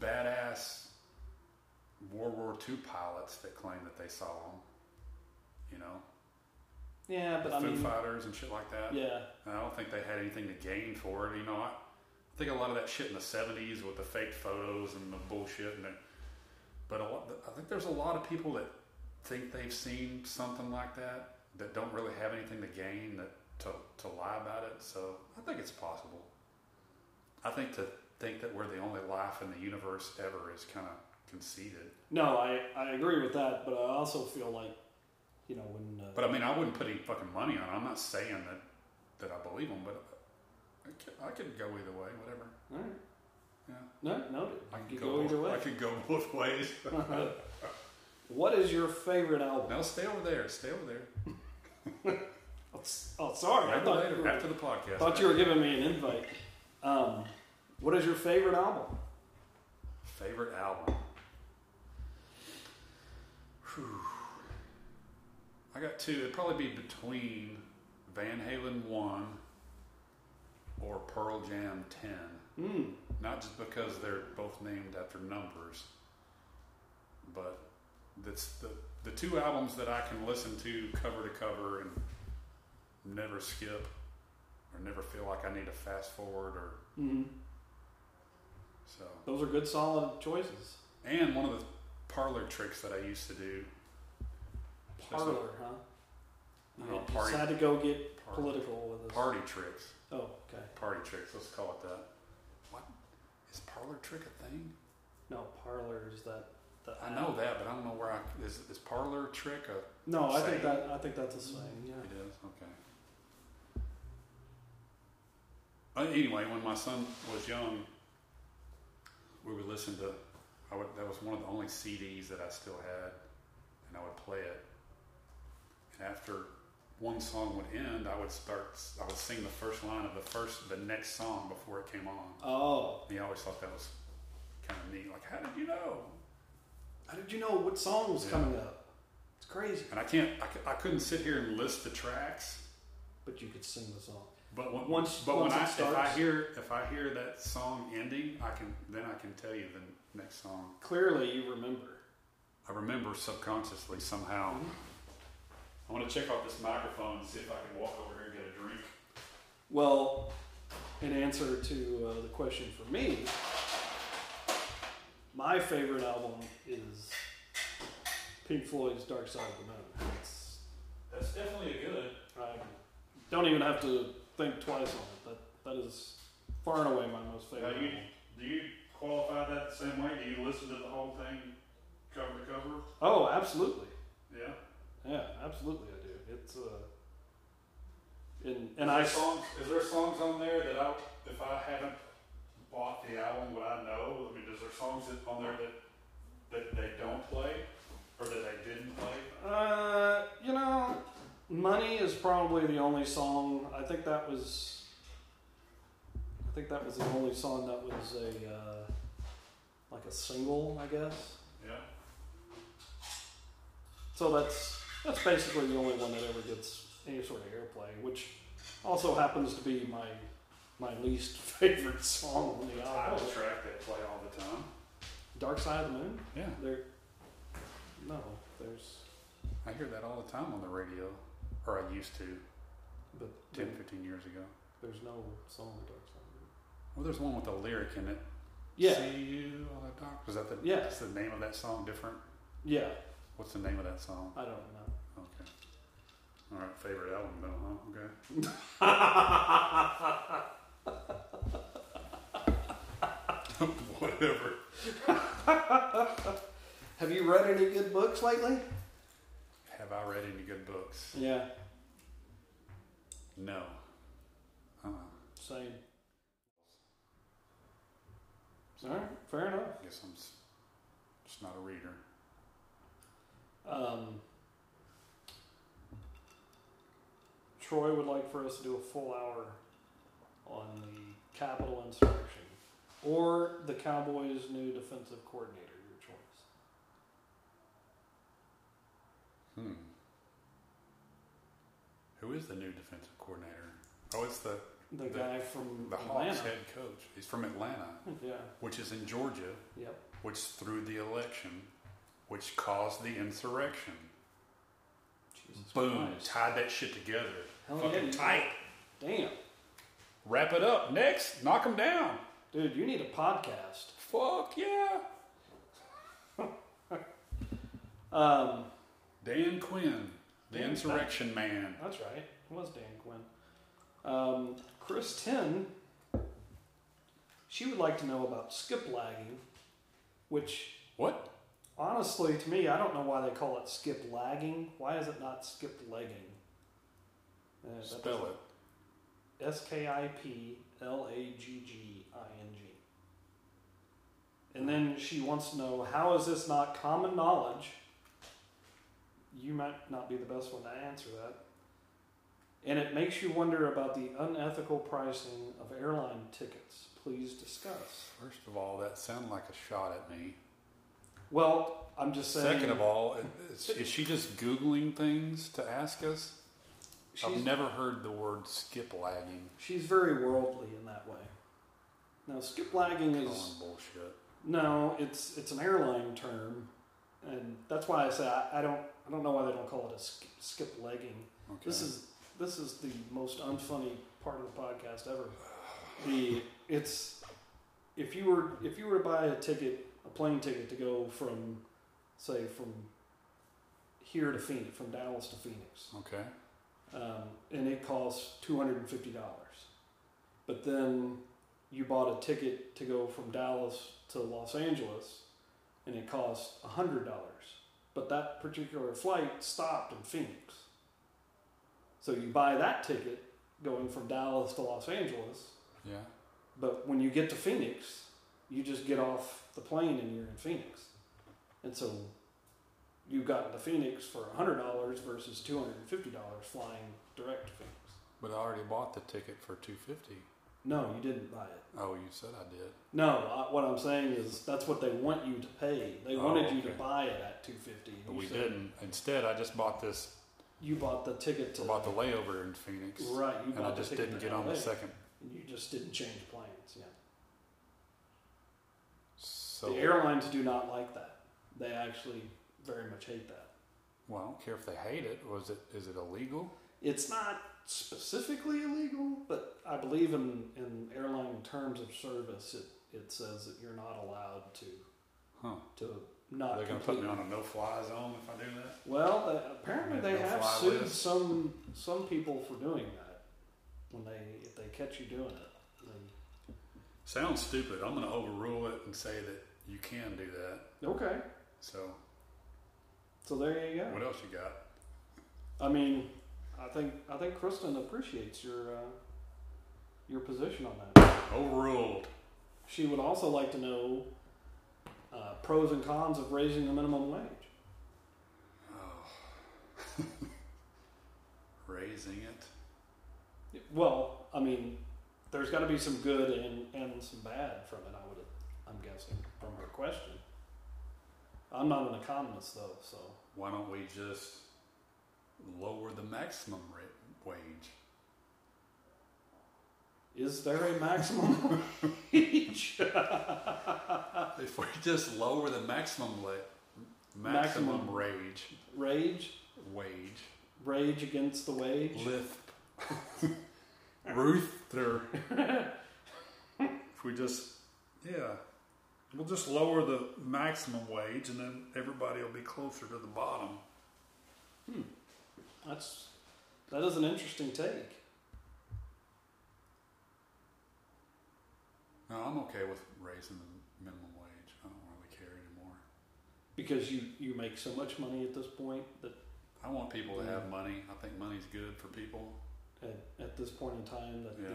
Speaker 2: badass World War II pilots that claim that they saw them. You know,
Speaker 1: Yeah, but
Speaker 2: the
Speaker 1: I
Speaker 2: Foo
Speaker 1: mean,
Speaker 2: Fighters and shit like that.
Speaker 1: yeah.
Speaker 2: And I don't think they had anything to gain for it. You know, I I think a lot of that shit in the '70s with the fake photos and the bullshit, and the, but a lot, I think there's a lot of people that think they've seen something like that that don't really have anything to gain that to to lie about it. So I think it's possible. I think to think that we're the only life in the universe ever is kind of conceited.
Speaker 1: No, I, I agree with that, but I also feel like, you know, when uh,
Speaker 2: But I mean, I wouldn't put any fucking money on it. I'm not saying that that I believe them, but I could, I could go either way, whatever.
Speaker 1: all right,
Speaker 2: Yeah.
Speaker 1: no, no,
Speaker 2: I
Speaker 1: you
Speaker 2: could
Speaker 1: go, either
Speaker 2: I
Speaker 1: way.
Speaker 2: could go both ways.
Speaker 1: what is your favorite album?
Speaker 2: No, stay over there. Stay over there.
Speaker 1: Oh, s- Oh, sorry, I
Speaker 2: After,
Speaker 1: thought you
Speaker 2: later,
Speaker 1: were,
Speaker 2: after the podcast.
Speaker 1: thought you were giving me an invite. Um, what is your favorite album?
Speaker 2: Favorite album. Whew. I got two. It'd probably be between Van Halen one or Pearl Jam ten.
Speaker 1: Hmm.
Speaker 2: Not just because they're both named after numbers, but that's the the two albums that I can listen to cover to cover and never skip or never feel like I need to fast forward or
Speaker 1: hmm
Speaker 2: so.
Speaker 1: Those are good, solid choices.
Speaker 2: And one of the parlor tricks that I used to do, That's
Speaker 1: Parlor, huh?
Speaker 2: I
Speaker 1: You
Speaker 2: don't know,
Speaker 1: had-
Speaker 2: party-
Speaker 1: decided to go get
Speaker 2: party,
Speaker 1: political with us.
Speaker 2: party tricks,
Speaker 1: oh, okay.
Speaker 2: party tricks. Let's call it that. What is parlor trick a thing?
Speaker 1: No, parlor is that. that
Speaker 2: I know that, but I don't know where I is. Is parlor trick a
Speaker 1: No, I think
Speaker 2: Saying.
Speaker 1: that I think that's a saying. Yeah.
Speaker 2: It is okay. Uh, anyway, when my son was young, we would listen to. I would, that was one of the only CDs that I still had, and I would play it. And after one song would end, I would start. I would sing the first line of the first, the next song before it came on.
Speaker 1: Oh,
Speaker 2: And he always thought that was kind of neat. Like, how did you know?
Speaker 1: How did you know what song was
Speaker 2: Yeah.
Speaker 1: coming up? It's crazy.
Speaker 2: And I can't, I, cou- I couldn't sit here and list the tracks,
Speaker 1: But you could sing the song.
Speaker 2: but when,
Speaker 1: Once-
Speaker 2: but
Speaker 1: once
Speaker 2: when
Speaker 1: it
Speaker 2: I, if I
Speaker 1: starts.
Speaker 2: hear, if I hear that song ending, I can, then I can tell you the next song.
Speaker 1: Clearly, you remember.
Speaker 2: I remember subconsciously somehow. I want to check out this microphone and see if I can walk over here and get a drink.
Speaker 1: Well, in answer to uh, the question for me, my favorite album is Pink Floyd's Dark Side of the Moon. It's,
Speaker 2: That's definitely a good.
Speaker 1: I don't even have to think twice on it. That that is far and away my most favorite.
Speaker 2: Now, you-
Speaker 1: album.
Speaker 2: Do you qualify that the same way? Do you listen to the whole thing cover to cover?
Speaker 1: Oh, absolutely.
Speaker 2: Yeah.
Speaker 1: Yeah, absolutely, I do. It's uh, and and I
Speaker 2: songs. Is there songs on there that I, if I haven't bought the album, would I know? I mean, is there songs that, on there that that they don't play or that they didn't play?
Speaker 1: Uh, you know, "Money" is probably the only song. I think that was. I think that was the only song that was a uh, like a single, I guess.
Speaker 2: Yeah.
Speaker 1: So that's that's basically the only one that ever gets any sort of airplay, which also happens to be my my least favorite song on the
Speaker 2: Title
Speaker 1: album.
Speaker 2: track they play all the time.
Speaker 1: "Dark Side of the Moon."
Speaker 2: Yeah.
Speaker 1: There, no, there's
Speaker 2: I hear that all the time on the radio, or I used to
Speaker 1: but
Speaker 2: 10, 15 years ago.
Speaker 1: there's no song "Dark Side of the Moon."
Speaker 2: Well, there's one with a lyric in it.
Speaker 1: Yeah.
Speaker 2: See you on the dock. Is that the?
Speaker 1: Yeah.
Speaker 2: Is the name of that song different?
Speaker 1: Yeah,
Speaker 2: What's the name of that song?
Speaker 1: I don't know.
Speaker 2: Okay. All right, favorite album though, huh? Okay. Whatever.
Speaker 1: Have you read any good books lately?
Speaker 2: Have I read any good books?
Speaker 1: Yeah,
Speaker 2: No. Uh,
Speaker 1: same. All right, fair enough.
Speaker 2: I guess I'm s- just not a reader.
Speaker 1: Um, Troy would like for us to do a full hour on the Capitol insurrection or the Cowboys' new defensive coordinator, your choice.
Speaker 2: Hmm. Who is the new defensive coordinator? Oh, it's the
Speaker 1: The,
Speaker 2: The-
Speaker 1: guy from
Speaker 2: the
Speaker 1: Atlanta.
Speaker 2: Hawks head coach. He's from Atlanta,
Speaker 1: Yeah,
Speaker 2: which is in Georgia.
Speaker 1: yep.
Speaker 2: which through the election, which caused the insurrection.
Speaker 1: Jesus
Speaker 2: Boom.
Speaker 1: Christ.
Speaker 2: Tied that shit together.
Speaker 1: Hell yeah,
Speaker 2: Fucking
Speaker 1: you-
Speaker 2: tight.
Speaker 1: Damn.
Speaker 2: Wrap it up. Next, knock them down.
Speaker 1: Dude, you need a podcast.
Speaker 2: Fuck yeah.
Speaker 1: Um,
Speaker 2: Dan Quinn, the
Speaker 1: Dan
Speaker 2: insurrection man.
Speaker 1: That's right. It was Dan Quinn. Um, Chris Tin, she would like to know about skip lagging, which
Speaker 2: What?
Speaker 1: honestly, to me, I don't know why they call it skip lagging. Why is it not skip legging? Uh,
Speaker 2: Spell it.
Speaker 1: S K I P L A G G I N G. And then she wants to know how is this not common knowledge? You might not be the best one to answer that. And it makes you wonder about the unethical pricing of airline tickets. Please discuss.
Speaker 2: First of all, that sounded like a shot at me.
Speaker 1: Well, I'm just saying.
Speaker 2: Second of all, i- is, is she just Googling things to ask us? I've
Speaker 1: she's,
Speaker 2: never heard the word skip lagging.
Speaker 1: she's very worldly in that way. Now, skip lagging is.
Speaker 2: Calling bullshit.
Speaker 1: No, it's it's an airline term, and that's why I say I, I don't I don't know why they don't call it a skip, skip legging.
Speaker 2: Okay.
Speaker 1: This is this is the most unfunny part of the podcast ever. The it's if you were if you were to buy a ticket a plane ticket to go from say from here to Phoenix from Dallas to Phoenix,
Speaker 2: okay.
Speaker 1: um, and it costs two hundred and fifty dollars. But then you bought a ticket to go from Dallas to Los Angeles, and it costs hundred dollars. But that particular flight stopped in Phoenix, so you buy that ticket going from Dallas to Los Angeles.
Speaker 2: Yeah.
Speaker 1: But when you get to Phoenix, you just get off the plane and you're in Phoenix, and so you got into Phoenix for hundred dollars versus two hundred and fifty dollars flying direct to Phoenix.
Speaker 2: But I already bought the ticket for two fifty.
Speaker 1: No, you didn't buy it.
Speaker 2: Oh, you said I did.
Speaker 1: No, I, what I'm saying is that's what they want you to pay. They
Speaker 2: Oh,
Speaker 1: wanted you to
Speaker 2: okay.
Speaker 1: buy it at 250.
Speaker 2: But
Speaker 1: You
Speaker 2: we
Speaker 1: said
Speaker 2: didn't. Instead, I just bought this.
Speaker 1: You bought the ticket to
Speaker 2: I bought the layover in Phoenix,
Speaker 1: right. You
Speaker 2: and
Speaker 1: bought
Speaker 2: I just
Speaker 1: the ticket
Speaker 2: didn't
Speaker 1: to
Speaker 2: get on the
Speaker 1: LA,
Speaker 2: second.
Speaker 1: and you just didn't change plans. Yeah.
Speaker 2: So
Speaker 1: the airlines do not like that. They actually very much hate that.
Speaker 2: well, I don't care if they hate it. Was it? Is it illegal?
Speaker 1: It's not specifically illegal, but I believe in, in airline terms of service, it, it says that you're not allowed to
Speaker 2: Huh?
Speaker 1: to
Speaker 2: Are
Speaker 1: not.
Speaker 2: they gonna put
Speaker 1: completely-
Speaker 2: me on a no-fly zone if I do that?
Speaker 1: Well, they, apparently they
Speaker 2: They'll
Speaker 1: have
Speaker 2: fly
Speaker 1: sued
Speaker 2: with us.
Speaker 1: some some people for doing that. When they if they catch you doing it, then,
Speaker 2: Sounds stupid. I'm gonna overrule it and say that you can do that.
Speaker 1: okay.
Speaker 2: So
Speaker 1: So there you go.
Speaker 2: what else you got?
Speaker 1: I mean, I think I think Kristen appreciates your uh, your position on that.
Speaker 2: Overruled.
Speaker 1: She would also like to know uh, pros and cons of raising the minimum wage.
Speaker 2: Oh. Raising it.
Speaker 1: Well, I mean, there's got to be some good and, and some bad from it. I would, I'm guessing from her question. I'm not an economist though, so
Speaker 2: Why don't we just lower the maximum rate wage?
Speaker 1: is there a maximum wage?
Speaker 2: If we just lower the maximum le- maximum,
Speaker 1: Maximum.
Speaker 2: rage
Speaker 1: Rage,
Speaker 2: wage
Speaker 1: rage against the wage.
Speaker 2: lift Ruther. if we just yeah, we'll just lower the maximum wage and then everybody will be closer to the bottom.
Speaker 1: That's that is an interesting take.
Speaker 2: No, I'm okay with raising the minimum wage. I don't really care anymore.
Speaker 1: because you you make so much money at this point that
Speaker 2: I want people to have money. I think money's good for people.
Speaker 1: at, at this point in time that
Speaker 2: Yeah.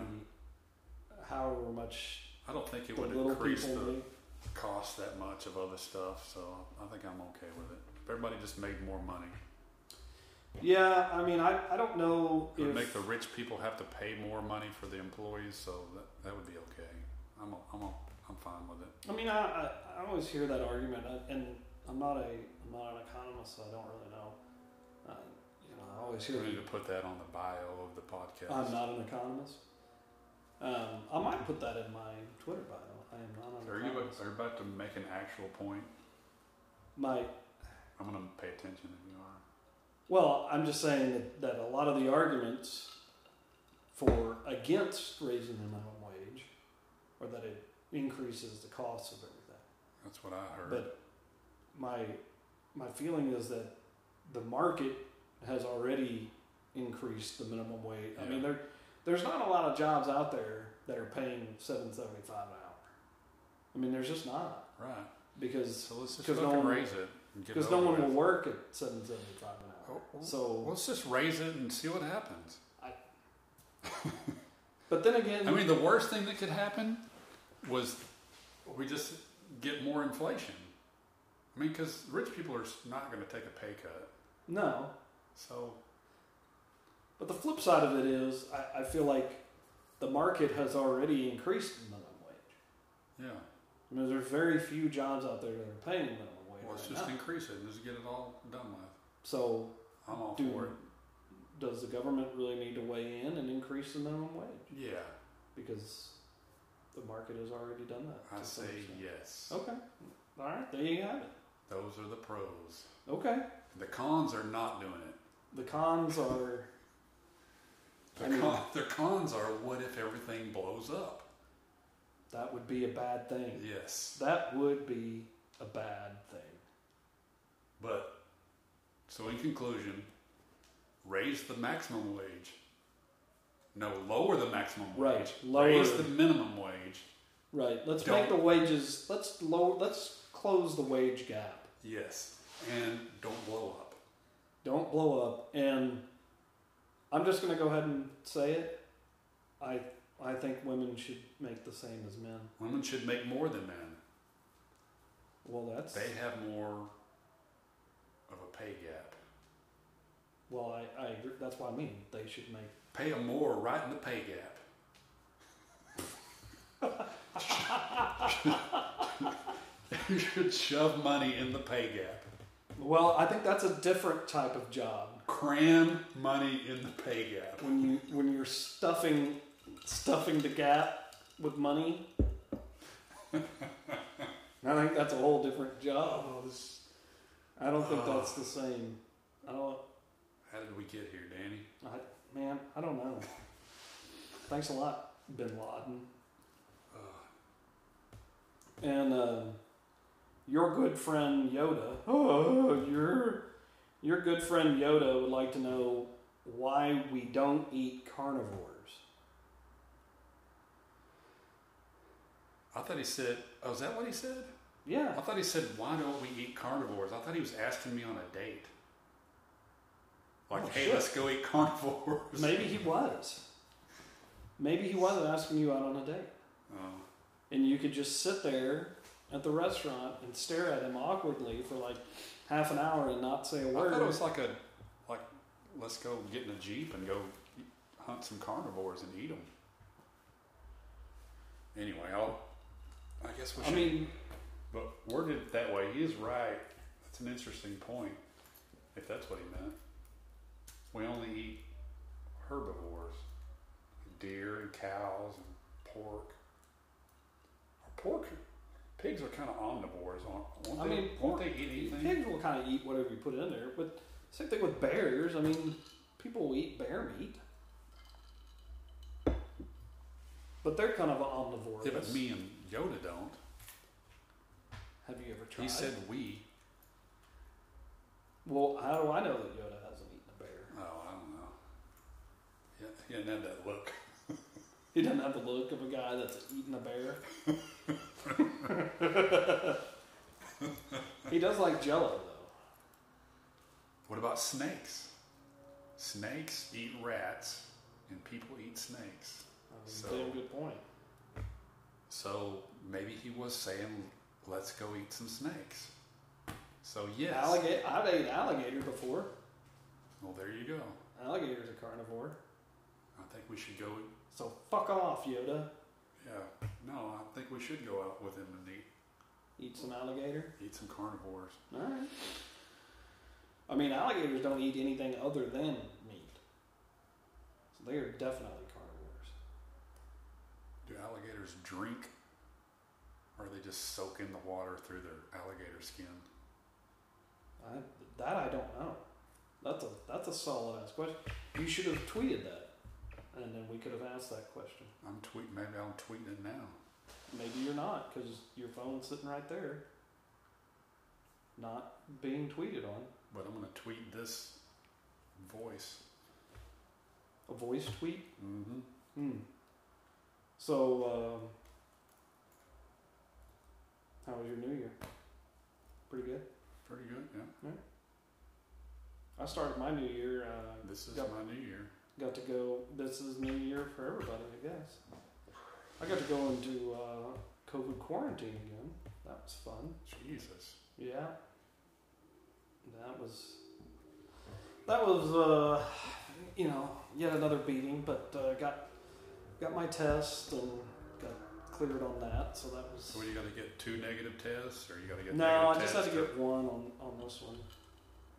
Speaker 1: the however much
Speaker 2: I don't think it
Speaker 1: the
Speaker 2: would
Speaker 1: little
Speaker 2: increase
Speaker 1: people
Speaker 2: the
Speaker 1: make,
Speaker 2: cost that much of other stuff, so I think I'm okay with it. If everybody just made more money,
Speaker 1: yeah I mean I, I don't know
Speaker 2: it
Speaker 1: if
Speaker 2: would make the rich people have to pay more money for the employees, so that, that would be okay. I'm a, I'm a, I'm fine with it.
Speaker 1: I mean I, I, I always hear that argument I, and I'm not a I'm not an economist so I don't really know uh, you know I always hear
Speaker 2: We need to put that on the bio of the podcast.
Speaker 1: I'm not an economist um, I might put that in my Twitter bio I am not an
Speaker 2: Are you about,
Speaker 1: economist
Speaker 2: are you about to make an actual point?
Speaker 1: my
Speaker 2: I'm gonna pay attention if you are.
Speaker 1: Well, I'm just saying that, that a lot of the arguments for against raising the minimum wage are that it increases the cost of everything.
Speaker 2: That's what I heard.
Speaker 1: But my my feeling is that the market has already increased the minimum wage. I mean,
Speaker 2: Yeah.
Speaker 1: there there's not a lot of jobs out there that are paying seven seventy five an hour. I mean, there's just not
Speaker 2: right.
Speaker 1: because
Speaker 2: So let's just
Speaker 1: 'Cause no
Speaker 2: fucking
Speaker 1: one-
Speaker 2: raise it. and get it
Speaker 1: because no
Speaker 2: over
Speaker 1: one
Speaker 2: with.
Speaker 1: will work at seven seventy five an hour.
Speaker 2: Oh,
Speaker 1: So
Speaker 2: Let's just raise it and see what happens.
Speaker 1: But then again,
Speaker 2: I mean, the worst thing that could happen was we just get more inflation. I mean, because rich people are not going to take a pay cut.
Speaker 1: no.
Speaker 2: So,
Speaker 1: But the flip side of it is, I, I feel like the market has already increased the minimum wage.
Speaker 2: yeah,
Speaker 1: I mean, there's very few jobs out there that are paying minimum wage.
Speaker 2: well, let's
Speaker 1: right
Speaker 2: just
Speaker 1: now.
Speaker 2: increase it and just get it all done with.
Speaker 1: So,
Speaker 2: I'm all
Speaker 1: do,
Speaker 2: for it.
Speaker 1: does the government really need to weigh in and increase the minimum wage?
Speaker 2: Yeah,
Speaker 1: Because the market has already done that.
Speaker 2: I
Speaker 1: to some
Speaker 2: say
Speaker 1: extent.
Speaker 2: yes.
Speaker 1: Okay. All right. There you have it.
Speaker 2: Those are the pros.
Speaker 1: Okay.
Speaker 2: The cons are not doing it.
Speaker 1: The cons are.
Speaker 2: The,
Speaker 1: I mean-
Speaker 2: con- the cons are what if everything blows up?
Speaker 1: That would be a bad thing.
Speaker 2: Yes.
Speaker 1: That would be a bad thing.
Speaker 2: But, so in conclusion, raise the maximum wage. No, lower the maximum wage.
Speaker 1: Right, lower.
Speaker 2: Raise the minimum wage.
Speaker 1: Right. Let's
Speaker 2: Don't-
Speaker 1: make the wages. Let's lower. Let's close the wage gap.
Speaker 2: Yes. And don't blow up.
Speaker 1: Don't blow up. And I'm just going to go ahead and say it. I I think women should make the same as men.
Speaker 2: Women should make more than men.
Speaker 1: Well, that's
Speaker 2: They have more of a pay gap.
Speaker 1: well. I I agree. that's what I mean. They should make.
Speaker 2: Pay them more right in the pay gap. You should shove money in the pay gap.
Speaker 1: Well, I think that's a different type of job.
Speaker 2: Cram money in the pay gap.
Speaker 1: When you when you're stuffing stuffing the gap with money. I think that's a whole different job. Oh, this- I don't think that's the same. I don't
Speaker 2: How did we get here, Danny?
Speaker 1: I, man, I don't know. Thanks a lot, Bin Laden. And uh, your good friend Yoda, oh, your your good friend Yoda would like to know why we don't eat carnivores.
Speaker 2: I thought he said, oh, is that what he said? I
Speaker 1: Yeah,
Speaker 2: thought he said, why don't we eat carnivores? I thought he was asking me on a date. Like,
Speaker 1: Oh,
Speaker 2: hey,
Speaker 1: shit.
Speaker 2: let's go eat carnivores.
Speaker 1: maybe he was. Maybe he wasn't asking you out on a date,
Speaker 2: Oh,
Speaker 1: and you could just sit there at the restaurant and stare at him awkwardly for like half an hour and not say a
Speaker 2: I
Speaker 1: word.
Speaker 2: thought it was like a, like, let's go get in a Jeep and go hunt some carnivores and eat them. Anyway, I'll, I guess we
Speaker 1: I
Speaker 2: should.
Speaker 1: mean,
Speaker 2: But worded it that way, he is right. That's an interesting point, if that's what he meant. We only eat herbivores deer and cows and pork. Our pork, pigs are kind of omnivores, aren't won't
Speaker 1: I
Speaker 2: they?
Speaker 1: mean,
Speaker 2: won't they eat anything?
Speaker 1: Pigs will kind of eat whatever you put in there, but same thing with bears. I mean, people will eat bear meat, but they're kind of omnivorous.
Speaker 2: Yeah, but me and Yoda don't.
Speaker 1: Have you ever tried?
Speaker 2: He said we.
Speaker 1: "Well, how do I know that Yoda hasn't eaten a bear?
Speaker 2: Oh, I don't know. Yeah, he didn't have that look.
Speaker 1: He doesn't have the look of a guy that's eaten a bear. he does like Jello though.
Speaker 2: What about snakes? Snakes eat rats, and people eat snakes.
Speaker 1: I mean,
Speaker 2: So-
Speaker 1: damn good point.
Speaker 2: So maybe he was saying, let's go eat some snakes. So, yes.
Speaker 1: Alligator. I've ate alligator before.
Speaker 2: Well, there you go.
Speaker 1: Alligator's a carnivore.
Speaker 2: I think we should go.
Speaker 1: So fuck off, Yoda.
Speaker 2: Yeah. No, I think we should go out with him and eat,
Speaker 1: Eat some alligator.
Speaker 2: eat some carnivores.
Speaker 1: All right. I mean, alligators don't eat anything other than meat, so they are definitely carnivores.
Speaker 2: Do alligators drink? Or are they just soak in the water through their alligator skin?
Speaker 1: I, that I don't know. That's a that's a solid ass question. You should have tweeted that, and then we could have asked that question.
Speaker 2: I'm tweeting. Maybe I'm tweeting it now.
Speaker 1: Maybe you're not because your phone's sitting right there, not being tweeted on.
Speaker 2: But I'm going to tweet this voice.
Speaker 1: A voice tweet.
Speaker 2: Mm-hmm.
Speaker 1: Hmm. So, um, how was your New Year? Pretty good.
Speaker 2: Pretty good, yeah.
Speaker 1: I started my New Year. Uh,
Speaker 2: This is
Speaker 1: Yep.
Speaker 2: my new year.
Speaker 1: got to go. This is New Year for everybody, I guess. I got to go into uh, COVID quarantine again. That was fun.
Speaker 2: Jesus.
Speaker 1: Yeah. That was. That was, uh, you know, yet another beating, but uh, got got my test and got cleared on that, so that was.
Speaker 2: So what, you got to get two negative tests, or you got to get
Speaker 1: No, I
Speaker 2: negative
Speaker 1: just had
Speaker 2: tests
Speaker 1: to get one on, on this one.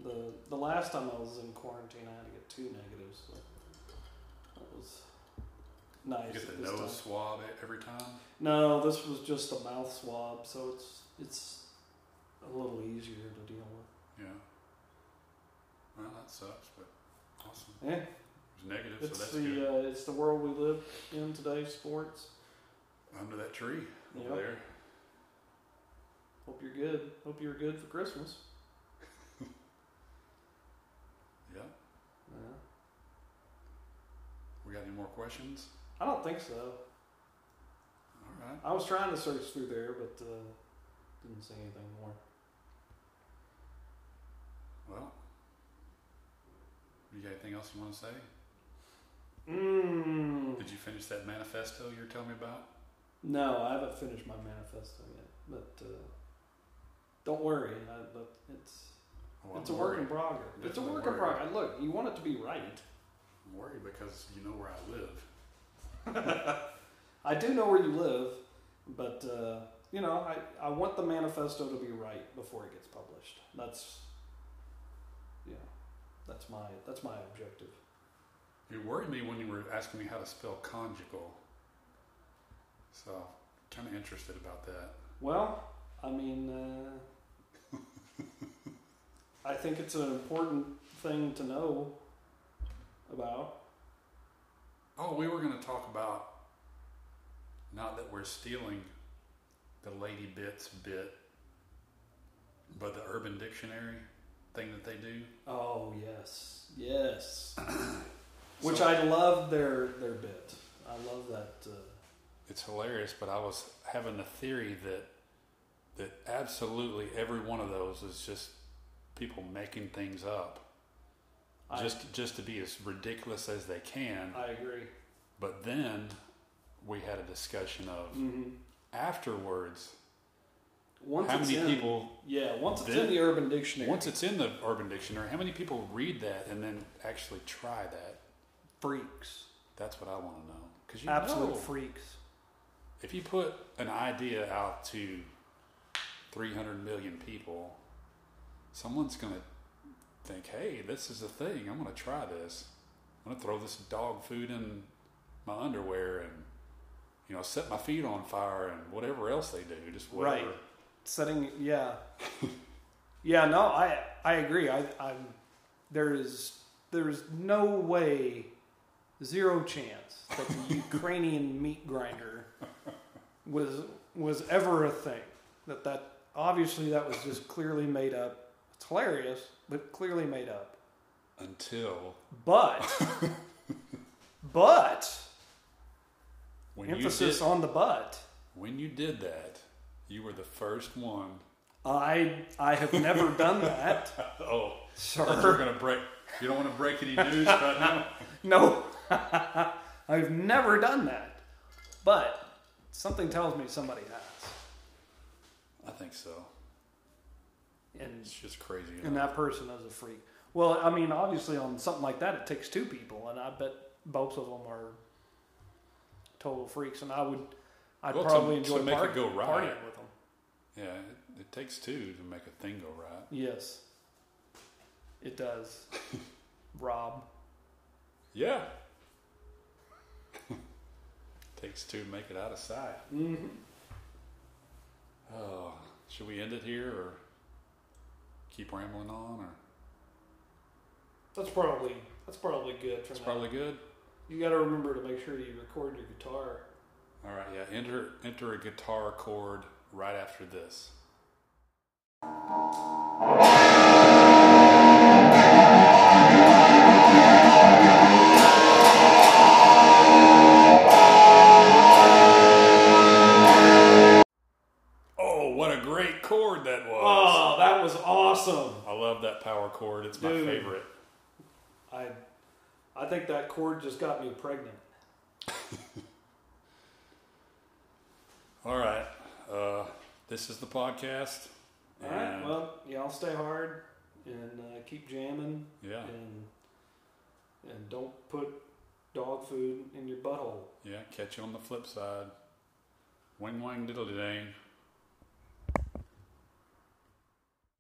Speaker 1: The the last time I was in quarantine, I had to get two negatives. So that was nice.
Speaker 2: You get the
Speaker 1: this
Speaker 2: nose
Speaker 1: time.
Speaker 2: swab e- every time.
Speaker 1: No, this was just a mouth swab, so it's it's a little easier to deal with.
Speaker 2: Yeah. Well, that sucks, but awesome.
Speaker 1: Yeah,
Speaker 2: It was negative,
Speaker 1: it's
Speaker 2: so that's good.
Speaker 1: the uh, it's the world we live in today. Sports.
Speaker 2: Under that tree over
Speaker 1: uh, Yep.
Speaker 2: there.
Speaker 1: Hope you're good. Hope you're good for Christmas.
Speaker 2: Yeah.
Speaker 1: Yeah.
Speaker 2: We got any more questions?
Speaker 1: I don't think so.
Speaker 2: All right.
Speaker 1: I was trying to search through there, but uh, didn't see anything more.
Speaker 2: Well, you got anything else you want to say?
Speaker 1: Mm.
Speaker 2: Did you finish that manifesto you were telling me about?
Speaker 1: No, I haven't finished my manifesto yet, but uh, don't worry. I, but it's
Speaker 2: Well,
Speaker 1: it's a
Speaker 2: Oh, I'm
Speaker 1: work in
Speaker 2: worried.
Speaker 1: progress. It's a
Speaker 2: Definitely
Speaker 1: work in
Speaker 2: worried.
Speaker 1: progress. Look, you want it to be right.
Speaker 2: I'm worried because you know where I live.
Speaker 1: I do know where you live, but uh, you know, I, I want the manifesto to be right before it gets published. That's yeah, that's my that's my objective.
Speaker 2: You worried me when you were asking me how to spell conjugal. So, kind of interested about that.
Speaker 1: Well, I mean, uh, I think it's an important thing to know about.
Speaker 2: Oh, we were going to talk about not that we're stealing the Lady Bits bit, but the Urban Dictionary thing that they do.
Speaker 1: Oh yes, yes. Which
Speaker 2: So-
Speaker 1: I love their their bit. I love that. Uh,
Speaker 2: It's hilarious, but I was having a theory that that absolutely every one of those is just people making things up
Speaker 1: I,
Speaker 2: just just to be as ridiculous as they can.
Speaker 1: I agree.
Speaker 2: But then we had a discussion of
Speaker 1: Mm-hmm.
Speaker 2: afterwards
Speaker 1: Once
Speaker 2: how
Speaker 1: it's
Speaker 2: many
Speaker 1: in,
Speaker 2: people
Speaker 1: Yeah, once it's
Speaker 2: Then-
Speaker 1: in the Urban Dictionary.
Speaker 2: once it's in the urban dictionary how many people read that and then actually try that
Speaker 1: freaks,
Speaker 2: that's what i want to know because you
Speaker 1: absolute
Speaker 2: know,
Speaker 1: freaks.
Speaker 2: if you put an idea out to 300 million people someone's going to think hey this is a thing i'm going to try this i'm going to throw this dog food in my underwear and you know set my feet on fire and whatever else they do just whatever
Speaker 1: Right. setting yeah yeah no i i agree i i'm there is there is no way zero chance that the ukrainian meat grinder was was ever a thing that that obviously that was just clearly made up it's hilarious but clearly made up
Speaker 2: until
Speaker 1: but but
Speaker 2: when you
Speaker 1: emphasis
Speaker 2: did,
Speaker 1: on the but
Speaker 2: when you did that you were the first one
Speaker 1: i i have never done that
Speaker 2: oh
Speaker 1: sir
Speaker 2: you're going to break you don't want to break any news right now
Speaker 1: No, I've never done that. But something tells me somebody has,
Speaker 2: i think so
Speaker 1: and
Speaker 2: it's just crazy
Speaker 1: and that person is a freak. Well, I mean, obviously, on something like that, it takes two people, and I bet both of them are total freaks. And I would, I'd
Speaker 2: Well, to-
Speaker 1: probably
Speaker 2: to
Speaker 1: enjoy
Speaker 2: make it
Speaker 1: part-
Speaker 2: go right.
Speaker 1: partying with them.
Speaker 2: Yeah, it, it takes two to make a thing go right.
Speaker 1: Yes, it does. Rob,
Speaker 2: Yeah. takes two to make it out of sight.
Speaker 1: Mhm.
Speaker 2: Oh, should we end it here or keep rambling on? Or
Speaker 1: that's probably that's probably good for
Speaker 2: it's
Speaker 1: now.
Speaker 2: probably good.
Speaker 1: you got to remember to make sure you record your guitar.
Speaker 2: All right, yeah. Enter enter a guitar chord right after this. Oh, what a great chord that was!
Speaker 1: Oh, that was awesome.
Speaker 2: I love that power chord. It's my
Speaker 1: Dude.
Speaker 2: favorite.
Speaker 1: I, I think that chord just got me pregnant.
Speaker 2: All right, uh, this is the podcast.
Speaker 1: All right.
Speaker 2: and-
Speaker 1: Well, y'all stay hard and uh, keep jamming
Speaker 2: yeah,
Speaker 1: and and don't put dog food in your butthole.
Speaker 2: yeah. Catch you on the flip side. Wing wang diddle dang.